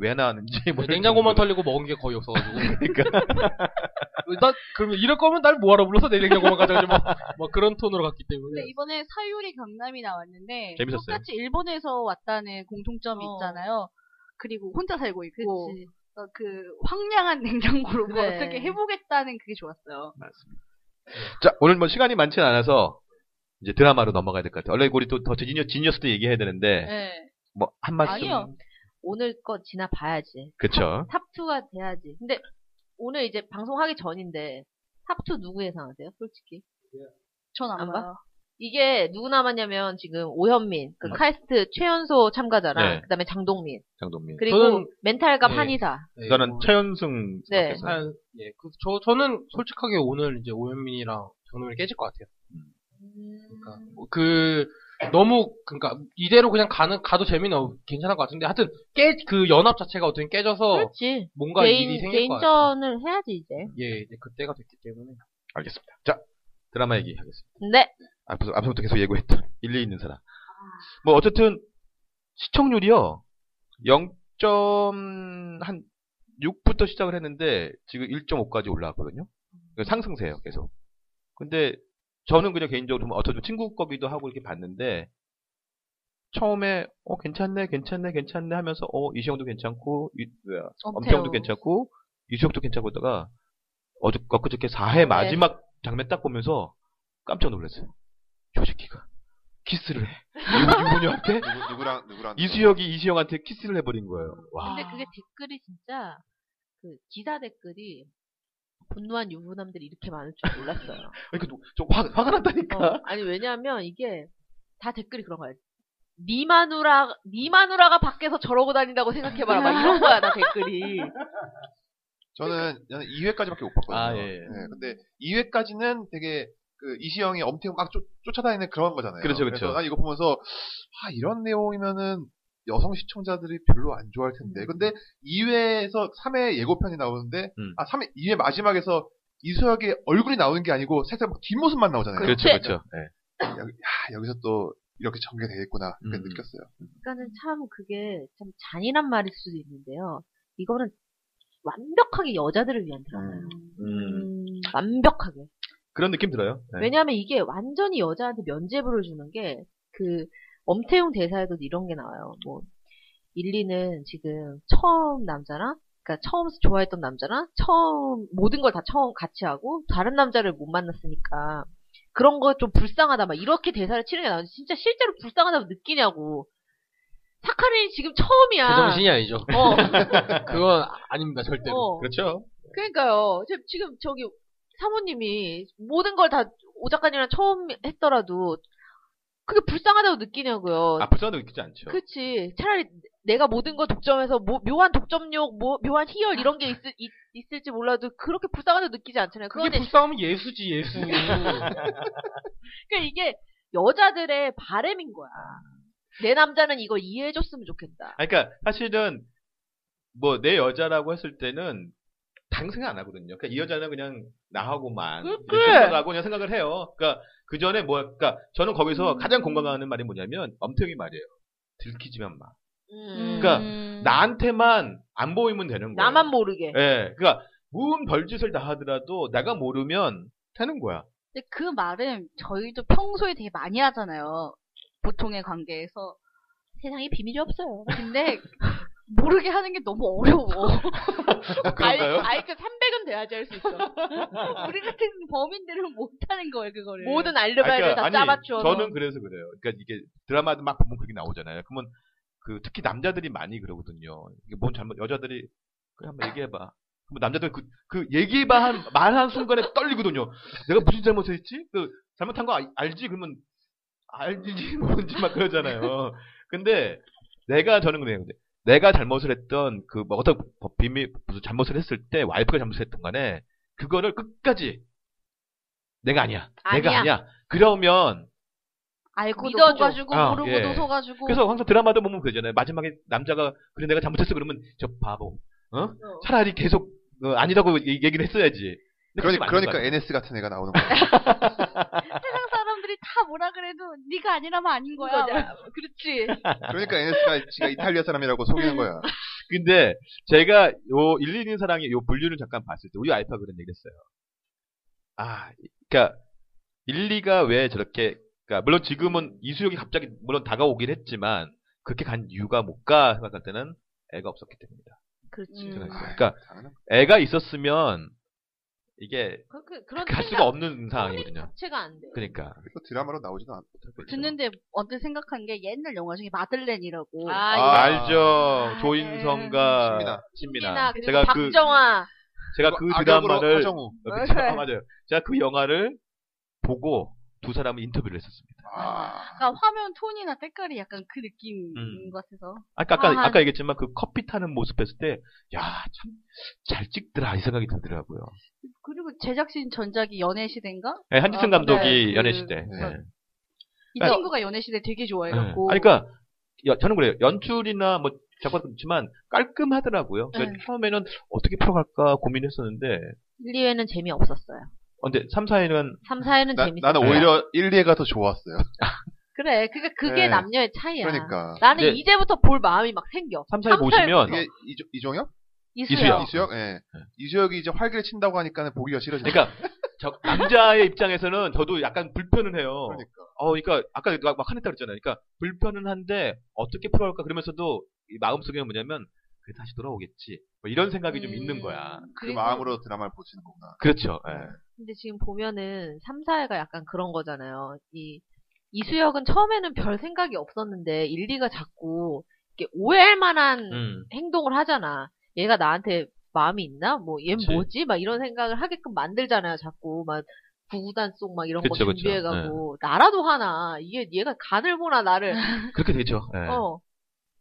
왜 나왔는지
네,
모르겠는데.
냉장고만 털리고 먹은 게 거의 없어가지고.
그러니까.
나, 그러면 이럴 거면 날 뭐하러 불러서 내 냉장고만 가져가지 뭐, 뭐 그런 톤으로 갔기 때문에.
근데 이번에 사유리 강남이 나왔는데
재밌었어요.
똑같이 일본에서 왔다는 공통점이
어.
있잖아요. 그리고 혼자 살고 있고
그치. 네.
어, 그 황량한 냉장고로 뭐
그래.
어떻게 해보겠다는 그게 좋았어요.
자, 오늘 뭐 시간이 많진 않아서 이제 드라마로 넘어가야 될 것 같아요. 원래 우리 또더 지니어 지니어스도 얘기해야 되는데
네.
뭐 한 말씀.
아니요. 오늘 거 지나봐야지.
그쵸.
탑2가 돼야지. 근데 오늘 이제 방송하기 전인데 탑2 누구 예상하세요? 솔직히.
전 안
안 봐?
봐요.
이게 누구 남았냐면 지금 오현민, 그 카이스트 최연소 참가자랑
음. 네.
그다음에 장동민
장동민.
그리고
저는-
멘탈과
네.
한의사.
네,
저는
뭐,
최연승
네.
생각해서.
한- 예, 그, 저, 저는 솔직하게 오늘 이제 오현민이랑 정동민이 깨질 것 같아요. 그러니까 뭐그 너무 그러니까 이대로 그냥 가는 가도 재미는 없- 괜찮을 것 같은데 하여튼 깨 그 연합 자체가 어떻게 깨져서
그렇지.
뭔가 일이
개인
생길 것 같아요.
개인전을 해야지 이제.
예, 이제 그때가 됐기 때문에
알겠습니다. 자, 드라마 얘기하겠습니다.
근데
네.
앞서, 앞서부터 계속 예고했던 일리 있는 사람. 뭐, 어쨌든, 시청률이요, 0.6부터 시작을 했는데, 지금 1.5까지 올라왔거든요? 그러니까 상승세예요 계속. 근데, 저는 그냥 개인적으로, 뭐 어쩌면 친구 거기도 하고 이렇게 봤는데, 처음에, 어, 괜찮네, 괜찮네, 괜찮네 하면서, 어, 이시영도 괜찮고, 이, 뭐야, 엄태형도 괜찮고 이수혁도 괜찮고 있다가 어저 엊그저께
네.
4회 마지막 장면 딱 보면서 깜짝 놀랐어요. 조식기가 키스를 해. 유부녀한테
네.
누구, 누구랑 누구랑
이수혁이 이시영한테 키스를 해버린 거예요. 와.
근데 그게 댓글이 진짜 그 기사 댓글이 분노한 유부남들이 이렇게 많을 줄 몰랐어요.
그러니까 또- 저 화, 화가
어,
났다니까.
아니 왜냐하면 이게 다 댓글이 그런 거야. 니 마누라 니 마누라가 밖에서 저러고 다닌다고 생각해봐라 막 이런 거야 다 댓글이.
저는 저는 2회까지밖에 못 봤거든요.
네. 아, 예.
네, 근데 2회까지는 되게 그 이시영이 엄태웅 막 쫓, 쫓아다니는 그런 거잖아요.
그렇죠, 그렇죠.
그래서 난 이거 보면서 아 이런 내용이면은 여성 시청자들이 별로 안 좋아할 텐데. 근데 2회에서 3회 예고편이 나오는데
음.
아 3회 2회 마지막에서 이수혁의 얼굴이 나오는 게 아니고 살짝 막 뒷모습만 나오잖아요.
그렇죠,
네.
그렇죠. 예.
야, 여기서 또 이렇게 전개되겠구나 그렇게
음.
느꼈어요.
그러니까는 참 그게 참 잔인한 말일 수도 있는데요. 이거는 완벽하게 여자들을 위한 드라마예요.
음, 네.
완벽하게.
그런 느낌 들어요. 예.
왜냐하면 이게 완전히 여자한테 면죄부를 주는 게 그 엄태웅 대사에도 이런 게 나와요. 뭐 일리는 지금 처음 남자랑 그러니까 처음 좋아했던 남자랑 처음 모든 걸 다 처음 같이 하고 다른 남자를 못 만났으니까 그런 거 좀 불쌍하다 막 이렇게 대사를 치는 게 나오는데 진짜 실제로 불쌍하다고 느끼냐고 사카린이 지금 처음이야.
그 정신이 아니죠.
어,
그건 아- 아닙니다 절대로.
어.
그렇죠.
그러니까요. 지- 지금 저기 사모님이 모든 걸 다 오작가님이랑 처음 했더라도 그게 불쌍하다고 느끼냐고요.
아, 불쌍하다고 느끼지 않죠.
그치. 차라리 내가 모든 걸 독점해서 뭐- 묘한 독점력, 뭐- 묘한 희열 이런 게 있을, 지 몰라도 그렇게 불쌍하다고 느끼지 않잖아요.
그게
그거는
뭐 불싸움은 예수지 예수.
그러니까 이게 여자들의 바램인 거야. 내 남자는 이걸 이해해줬으면 좋겠다.
아, 그러니까 사실은 뭐 내 여자라고 했을 때는 당 생각 안 하거든요. 그러니까 이
음.
여자는 그냥 나하고만
그래.
생각하고 그냥 생각을 해요. 그러니까 그 전에 뭐, 그러니까 저는
음.
거기서 가장 공감하는 말이 뭐냐면 엄태웅이 말이에요. 들키지만 마.
음.
그러니까 나한테만 안 보이면 되는 거예요.
나만 모르게.
예, 그러니까 무슨 별짓을 다 하더라도 내가 모르면 되는 거야.
근데 그 말은 저희도 평소에 되게 많이 하잖아요. 보통의 관계에서 세상에 비밀이 없어요. 근데 모르게 하는 게 너무 어려워.
그런가요?
아이, 아이 그 300은 돼야지 할 수 있어. 네.
우리 같은 범인들은 못 하는 거예요, 그거를.
모든
아니,
알리바이를
그러니까
다 뭐.
아니,
짜맞춰.
저는 그래서 그래요. 그러니까 이게 드라마도 막 보면 그게 나오잖아요. 그러면 그 특히 남자들이 많이 그러거든요. 이게 뭔 잘못 여자들이 그래 한번 얘기해봐. 그럼 남자들 그, 그 얘기해봐 한, 말한 순간에 떨리거든요. 내가 무슨 잘못했지? 그 잘못한 거 알- 알지? 그러면 알지 뭔지 막 그러잖아요. 근데 내가 저는 그래요. 근데 내가 잘못을 했던 그뭐 어떤 법- 비밀 무슨 잘못을 했을 때 와이프가 잘못했던 간에 그거를 끝까지 내가 아니야. 내가
아니야.
아니야. 그러면
알고도
믿어줘.
속아주고
아,
모르고도
예.
어.
속아주고.
그래서 항상 드라마도 보면 그러잖아요. 마지막에 남자가 그래 내가 잘못했어 그러면 저 바보. 어? 차라리 계속 어, 아니라고 얘- 얘기를 했어야지. 근데 그게
그러니까,
맞는
그러니까
거 같아요.
NS 같은 애가 나오는 거야.
세상 사람들이 다 뭐라 그래도 네가 아니라면 아닌 거야.
그거잖아.
그렇지.
그러니까 NS가 지가 이탈리아 사람이라고 속이는 거야.
근데 제가 요 1, 2인 사랑의 요 분류를 잠깐 봤을 때 우리 와이프가 그런 얘기를 했어요. 아, 그러니까 1, 2가 왜 저렇게 그러니까 물론 지금은 이수혁이 갑자기 물론 다가오긴 했지만 그렇게 간 이유가 뭘까 생각할 때는 애가 없었기 때문이다.
그렇지.
음.
그러니까
당연한 거야.
애가 있었으면 이게
그, 그, 그런
갈 그러니까 수가 없는 상황이거든요.
자체가 안 돼.
그러니까.
그래서 드라마로 나오지도 않고.
듣는데 언뜻 생각한 게 옛날 영화 중에 마들렌이라고.
아,
아,
이거.
알죠.
아,
조인성과
신민아.
신민아.
그리고
제가 그
박정아.
제가 그
악역으로
드라마를
하정우.
어, 그쵸. 아, 맞아요. 제가 그 영화를 보고 두 사람을 인터뷰를 했었습니다.
아,
그러니까 화면 톤이나 때깔이 약간 그 느낌인
음.
것 같아서.
아까 아까,
아,
아까 얘기했지만 그 커피 타는 모습 봤을 때, 야 참 잘 찍더라 이 생각이 들더라고요.
그리고 제작진 전작이 연애시대인가?
네, 한지승
아,
감독이
네, 그-
연애시대. 네.
네.
이
네.
친구가 연애시대 되게 좋아해갖고.
아니, 그러니까 여- 저는 그래요. 연출이나 뭐 작화도 그렇지만 깔끔하더라고요. 그러니까 처음에는 어떻게 풀어갈까 고민했었는데, 어,
1, 2회는 재미없었어요.
근데 3, 4회는
3, 4회는
나,
재밌었어요.
나는
네.
오히려 1, 2가 더 좋았어요.
그래. 그게, 그게
네.
남녀의 차이야.
그러니까.
나는
근데-
이제부터 볼 마음이 막 생겨.
3, 4회 보시면
이게 이조, 이종혁?
이수혁. 네.
이수영.
이수혁? 예. 이수혁이 이제 활기를 친다고 하니까 는 보기가 싫어지네.
그러니까 저- 남자의 입장에서는 저도 약간 불편은 해요.
그러니까.
어, 그러니까 아까 막, 막 하냈다 그랬잖아요. 그러니까 불편은 한데 어떻게 풀어갈까 그러면서도 이 마음속에는 뭐냐면 그게 다시 돌아오겠지. 뭐 이런 생각이 좀
음.
있는 거야.
그
그리고-
마음으로 드라마를 보시는 거구나.
그렇죠. 예.
근데 지금 보면은 3, 4회가 약간 그런 거잖아요. 이 이수혁은 처음에는 별 생각이 없었는데 1, 2가 자꾸 이렇게 오해할 만한
음.
행동을 하잖아. 얘가 나한테 마음이 있나? 뭐, 얘
그치.
뭐지? 막 이런 생각을 하게끔 만들잖아요, 자꾸. 막, 구구단 속막 이런
그쵸, 네.
거
그쵸.
준비해가고. 나라도 하나. 얘, 얘가 간을 보나, 나를.
그렇게 되죠. 예.
어.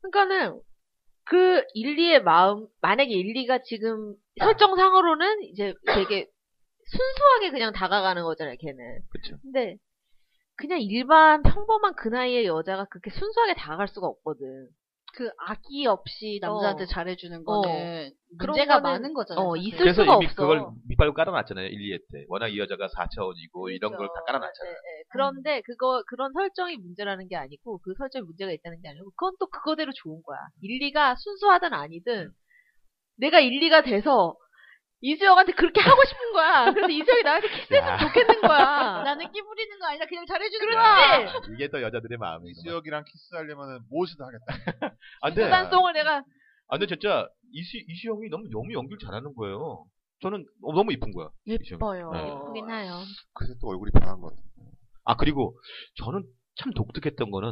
그러니까는, 그 1, 2의 마음, 만약에 1, 2가 지금 설정상으로는 이제 되게 순수하게 그냥 다가가는 거잖아요, 걔는.
그렇죠.
근데 그냥 일반 평범한 그 나이의 여자가 그렇게 순수하게 다가갈 수가 없거든.
그 악의 없이 남자한테
어. 어.
잘해주는 거는
그런
문제가
거는-
많은 거잖아요.
어,
사실.
있을
그래서
수가
이미
없어.
그걸 밑발로 깔아놨잖아요. 1, 2회 때. 워낙 이 여자가 4차원이고 이런 걸 다
그렇죠.
깔아놨잖아요.
네, 네. 그런데 그거 그런 설정이 문제라는 게 아니고 그 설정이 문제가 있다는 게 아니고 그건 또 그거대로 좋은 거야. 일리가 순수하든 아니든 내가 일리가 돼서 이수혁한테 그렇게 하고 싶은 거야. 네. 그래서 이수혁이 나한테
야,
키스는 거야. 네.
나는 끼 부리는 거 아니라 그냥 잘해주는 거야.
야, 이게 또 여자들의 마음이구만.
이수혁이랑 키스하려면 무엇이든 하겠다.
안 돼.
일단 송을 내가
아, 근데 진짜 이수, 이수 형이 너무 너무 연기를 잘하는 거예요. 저는 어, 너무 이쁜 거야. 이수 형이.
예뻐요.
네.
예쁘긴 해요.
그래서 또 얼굴이 변한 것 같아.
아 그리고 저는 참 독특했던 거는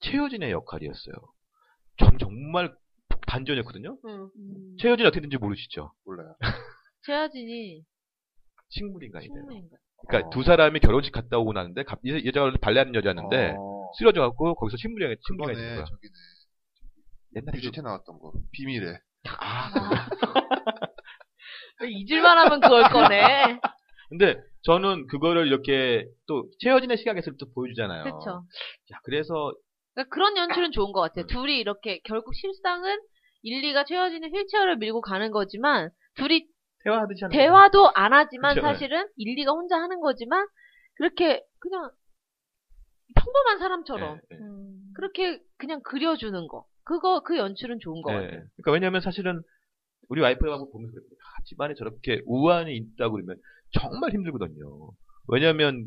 최효진의 역할이었어요. 전 정말 반전이었거든요.
응.
음.
최효진 어떻게 된지 모르시죠?
몰라요.
최하진이
식물인간이래요.
친구인가.
그러니까
어.
두 사람이 결혼식 갔다 오고 나는데 갑- 이 여- 여자가 원래 발레하는 여자였는데
어,
쓰러져갖고 거기서 식물인간이
그거네.
식물인간이 된 거야.
저기네.
옛날에 그-
뮤지트 나왔던 거.
네.
비밀에.
아, 그래.
왜 잊을만 하면 그걸 꺼내.
근데 저는 그거를 이렇게 또 최효진의 시각에서 또 보여주잖아요.
그렇죠.
야, 그래서
그러니까 그런 연출은 좋은 것 같아요. 둘이 이렇게 결국 실상은 일리가 최여진의 휠체어를 밀고 가는 거지만 둘이
대화하듯이 하는 거예요.
대화도 안 하지만
그쵸, 네.
사실은 일리가 혼자 하는 거지만 그렇게 그냥 평범한 사람처럼
네, 네.
음.
그렇게 그냥 그려주는 거 그거 그 연출은 좋은 것
네.
같아요.
그러니까 왜냐하면 사실은 우리 와이프하고 보면서 그래요. 아, 집안에 저렇게 우환이 있다고 그러면 정말 힘들거든요. 왜냐하면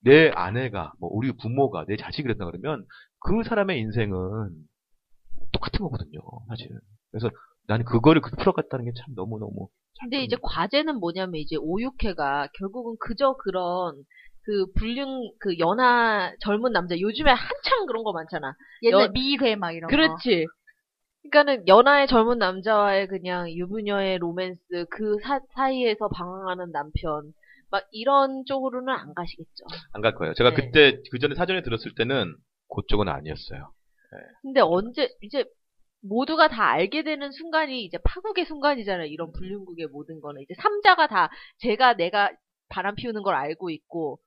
내 아내가 뭐 우리 부모가 내 자식이 그랬다 그러면 그 사람의 인생은 똑같은 거거든요. 사실. 그래서 나는 그거를 그 풀어갔다는 게 참 너무 너무.
근데
음.
이제 과제는 뭐냐면 이제 오육회가 결국은 그저 그런 그 불륜 그 연하 젊은 남자 요즘에 한창 그런 거 많잖아.
옛날
여-
미회 막
어.
이런 거.
그렇지. 그러니까는 연하의 젊은 남자와의 그냥 유부녀의 로맨스 그 사, 사이에서 방황하는 남편 막 이런 쪽으로는 안 가시겠죠.
안 갈 거예요. 제가
네.
그때 그 전에 사전에 들었을 때는 그쪽은 아니었어요.
근데 언제 이제 모두가 다 알게 되는 순간이 이제 파국의 순간이잖아요. 이런 불륜국의 모든 거는 이제 삼자가 다 제가 내가 바람 피우는 걸 알고 있고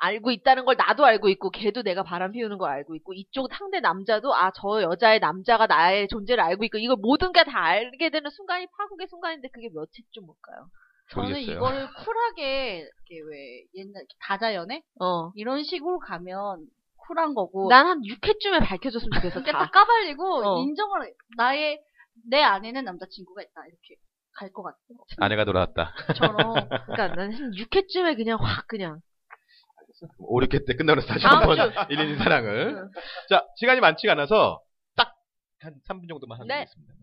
알고 있다는 걸 나도 알고 있고 걔도 내가 바람 피우는 걸 알고 있고 이쪽 상대 남자도 아 저 여자의 남자가 나의 존재를 알고 있고 이걸 모든 게 다 알게 되는 순간이 파국의 순간인데 그게 며칠쯤 올까요?
저는
모르겠어요.
이거를 쿨하게 이렇게 왜 옛날 다자연애
어.
이런 식으로 가면 쿨한 거고
난 한 6회쯤에 밝혀줬으면 좋겠어.
그러니까
다.
딱 까발리고
어.
인정을 나의 내 안에는 남자친구가 있다 이렇게 갈 것 같아요.
아내가 돌아왔다.
저처럼
그러니까 난 한 6회쯤에 그냥 확 그냥.
오 6회 때 끝나고 나서 다시
다음
한번
주.
1, 2, 사랑을.
네.
자, 시간이 많지가 않아서 딱 한 3분 정도만 하면
네.
되겠습니다.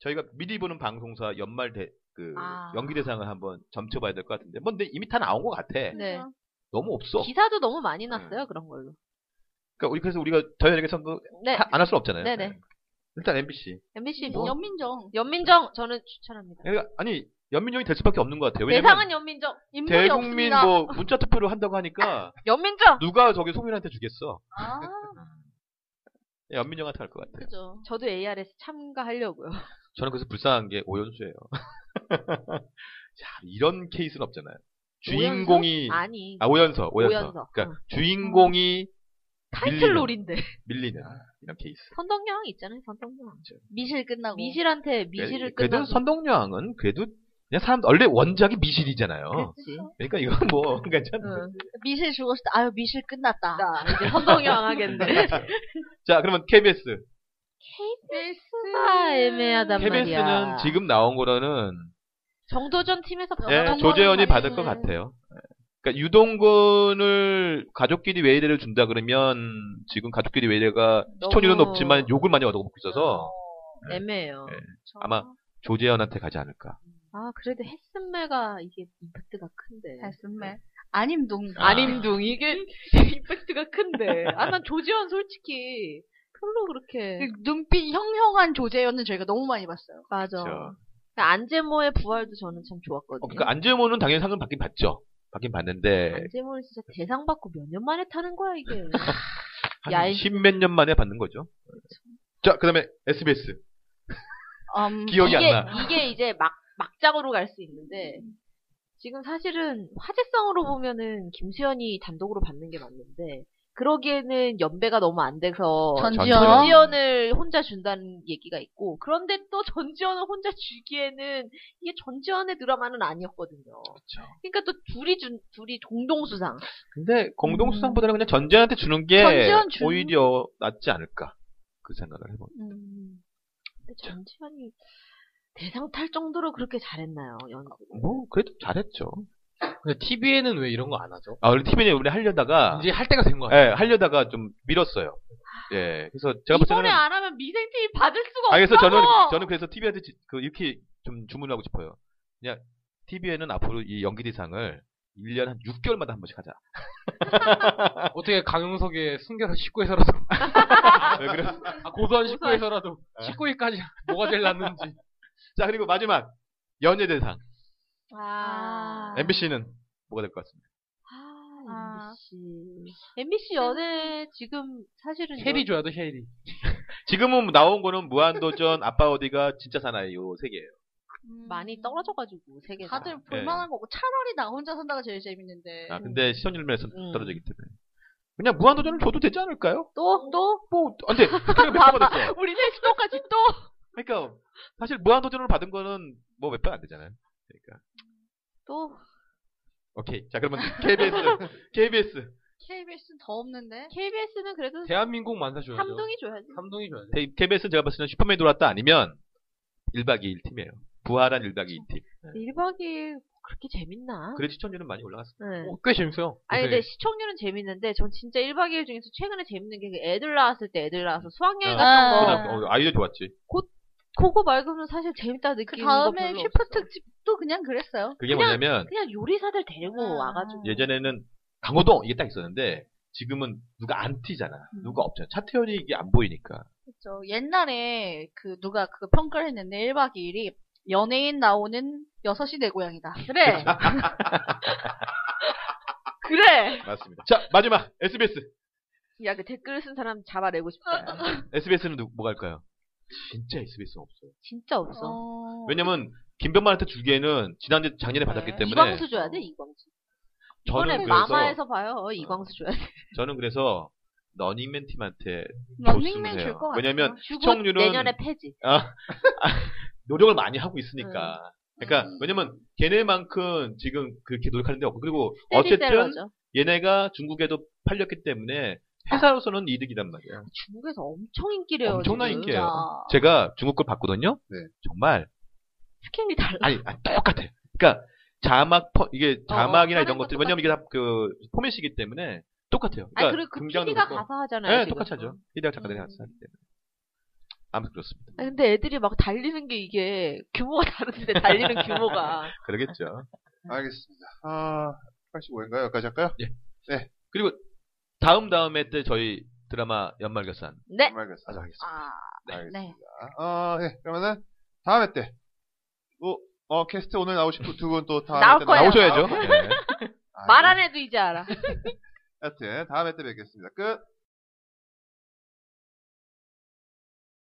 저희가 미리 보는 방송사 연말 대, 그
아.
연기 대상을 한번 점쳐봐야 될 것 같은데, 뭔데 이미 다 나온 것 같아.
네.
너무 없어.
기사도 너무 많이 났어요 그런 걸로.
그러니까 우리 그래서 우리가 저희에게 선거
네.
안 할 수 없잖아요.
네네.
네. 일단 MBC.
MBC
뭐?
뭐?
연민정
연민정 저는 추천합니다.
그러니까 아니 연민정이 될 수밖에 없는 것 같아요. 왜냐면
대상은 연민정. 인물이
대국민
없습니다.
뭐 문자 투표를 한다고 하니까
연민정.
누가 저기 소민한테 주겠어? 네,
아
연민정한테 할 것 같아요.
그죠
저도 ARS 참가하려고요.
저는 그래서 불쌍한 게 오연수예요. 자, 이런 케이스는 없잖아요. 주인공이
오연서? 아니
아 오연서 오연서.
오연서.
그러니까
어.
주인공이
타이틀
밀리는.
롤인데
밀리는 이런 케이스.
선덕여왕 있잖아요 선덕여왕.
미실
뭐.
끝나고
미실한테 미실을
예, 그러니까 그래도
끝나고.
선동여왕은 그래도 그냥 사람 원래 원작이 미실이잖아요.
그렇지.
그러니까 이건 뭐 괜찮아.
응.
미실 죽었을 때 아유 미실 끝났다.
나 이제 선덕여왕 하겠네.
자, 그러면 KBS.
아 애매하단 말이야.
KBS는 지금 나온 거로는
정도전 팀에서
어,
예,
정말
조재현이
정말
받을 것
정말.
같아요. 그러니까 유동근을 가족끼리 외래를 준다 그러면 지금 가족끼리 외래가
너무-
시청률은 높지만 욕을 많이 얻어먹고 있어서
애매해요.
예. 아마 조재현한테 가지 않을까.
아 그래도 햇슨매가 이게 임팩트가 큰데.
네. 했음매 안임동
아.
아림둥 이게 임팩트가 큰데. 아 난 조지현 솔직히 별로 그렇게.
그 눈빛 형형한 조재현은 저희가 너무 많이 봤어요.
맞아.
그쵸.
근데 그러니까 안재모의 부활도 저는 참 좋았거든요.
그렇죠. 어, 그러니까 안재모는 네. 당연히 상금 받긴 받죠. 받긴 받는데
안재모는 진짜 대상 받고 몇 년 만에 타는 거야 이게.
한
야인-
십몇 년 만에 받는 거죠. 자, 그다음에 SBS
음,
기억이
이게
안 나.
이게 이제 막 막장으로 갈 수 있는데 지금 사실은 화제성으로 보면은 김수현이 단독으로 받는 게 맞는데 그러기에는 연배가 너무 안 돼서
전지현.
전지현.
전지현을 혼자 준다는 얘기가 있고 그런데 또 전지현을 혼자 주기에는 이게 전지현의 드라마는 아니었거든요. 그러니까 또 둘이 준 둘이 공동 수상.
근데 공동 수상보다는 그냥 전재현한테 주는 게
전재현 주는-
오히려 낫지 않을까 그 생각을 해본.
음,
근데 전지현이 대상 탈 정도로 그렇게 잘했나요 연극?
뭐 그래도 잘했죠.
근데 TV에는 왜 이런 거 안 하죠?
아, 우리 TV는 우리 하려다가
이제 할 때가 된 것 같아요.
예, 하려다가 좀 밀었어요. 예. 그래서 제가
네.
볼
이번에
때는
안 하면 미생 TV 받을 수가
아, 그래서
없다고.
저는 저는 그래서 TV한테 그 이렇게 좀 주문하고 싶어요. 그냥 TV에는 앞으로 이 연기 대상을 1년 한 6개월마다 한 번씩 하자.
어떻게 강용석의 승결을 19에서라도
아.
아,
왜 네, 그래?
고소한 네.
고소한-
19에서라도 19위까지 뭐가 제일 낫는지
자, 그리고 마지막 연예 대상.
아.
MBC는 뭐가 될 것 같습니다.
아,
아.
MBC. MBC 연애 지금 사실은
혜리 줘야 돼 혜리.
지금은 나온 거는 무한도전, 아빠 어디가 진짜 사나이 요 세 개예요.
음.
연- 많이 떨어져가지고 세계
다들 볼만한 거고 차라리 나 혼자 산다가 제일 재밌는데
아, 근데 시청률 면에서
음.
떨어지기 때문에. 그냥 무한도전을 줘도 되지 않을까요?
또 또.
뭐, 안 돼. 그게 몇 번가 됐어.
우리 넷이 똑같이 또.
그러니까 사실 무한도전을 받은 거는 뭐 몇 번 안 되잖아요. 그러니까
또
오케이 자 그러면 KBS KBS
KBS는 더 없는데.
KBS는 그래도
대한민국 만사 줘야죠.
삼둥이 줘야지.
삼둥이 줘야죠.
네.
KBS는 제가 봤을 때는 슈퍼맨이 돌았다 아니면 1박 2일 팀이에요. 부활한 1박 2일 팀.
1박 2일 그렇게 재밌나?
네. 그래 시청률은 많이 올라갔어요.
네.
어, 꽤 재밌어요.
아니
요새.
근데 시청률은 재밌는데 전 진짜 1박 2일 중에서 최근에 재밌는 게그 애들 낳았을 때 애들 낳아서 수학여행
아.
아.
같은 거
그다음, 어, 아이디어 좋았지.
그거 말고는 사실 재밌다
그
느끼는 거
다음에
별로
슈퍼 특집도 그냥 그랬어요.
그게
그냥-
뭐냐면
없- 그냥 요리사들 데리고
아.
와가지고
예전에는 강호동 이게 딱 있었는데 지금은 누가 안 튀잖아.
음.
누가 없잖아. 차태현이 이게 안 보이니까.
그렇죠. 옛날에 그 누가 그거 평가를 했는데 1박 2일이 연예인 나오는 6시 내 고향이다.
그래 그래
맞습니다. 자 마지막 SBS.
야 그 댓글 쓴 사람 잡아내고 싶다
SBS는 누, 뭐가 일까요? 진짜 SBS는 없어요.
진짜 없어
哦
네.
어.
왜냐면 김병만한테 줄기에는 지난주 작년에 받았기 때문에
이광수 줘야 돼 이광수 이번에
저는 그래서
마마에서 봐요 이광수 줘야 돼
저는 그래서 러닝맨 팀한테
런닝맨
줬으면 해요.
줄것 같아요.
왜냐면
주고
시청률은-
내년에 폐지
아, 아, 노력을 많이 하고 있으니까. 그러니까
음.
왜냐면 걔네만큼 지금 그렇게 노력하는 데 없고 그리고 어쨌든
스테디셀러죠
얘네가 중국에도 팔렸기 때문에 회사로서는 이득이란 말이에요.
중국에서 엄청 인기래요
엄청난
지금.
인기예요.
아,
제가 중국 걸 봤거든요.
네.
정말
스케일이 달라
아니, 아니, 똑같아. 그러니까 자막 퍼- 이게 자막이나
어,
이런 것들
똑같아.
왜냐면 이게 다 그 포맷이기 때문에 똑같아요.
아니
그러니까
그리고 그
등장도
PD가
그렇고.
가사 하잖아요
네,
지금.
똑같이 하죠. 이대학 작가들이
음.
같이 하기 때문에. 아무튼 그렇습니다.
아니, 근데 애들이 막 달리는 게 이게 규모가 다른데 달리는 규모가
그러겠죠.
알겠습니다. 아, 85인가요? 여기까지 할까요?
그리고 다음 다음에 때 저희 드라마 연말결산
네
알겠습니다.
아주 하겠습니다.
아,
알겠습니다.
네.
아, 예. 그러면은 다음에 때. 또, 어, 캐스트 오늘 나오실 두분 또 다음에
나올
때
거예요.
나오셔야-
나오셔야죠. 네.
아,
말 안 해도 이제 알아
하여튼 다음에 때 뵙겠습니다. 끝.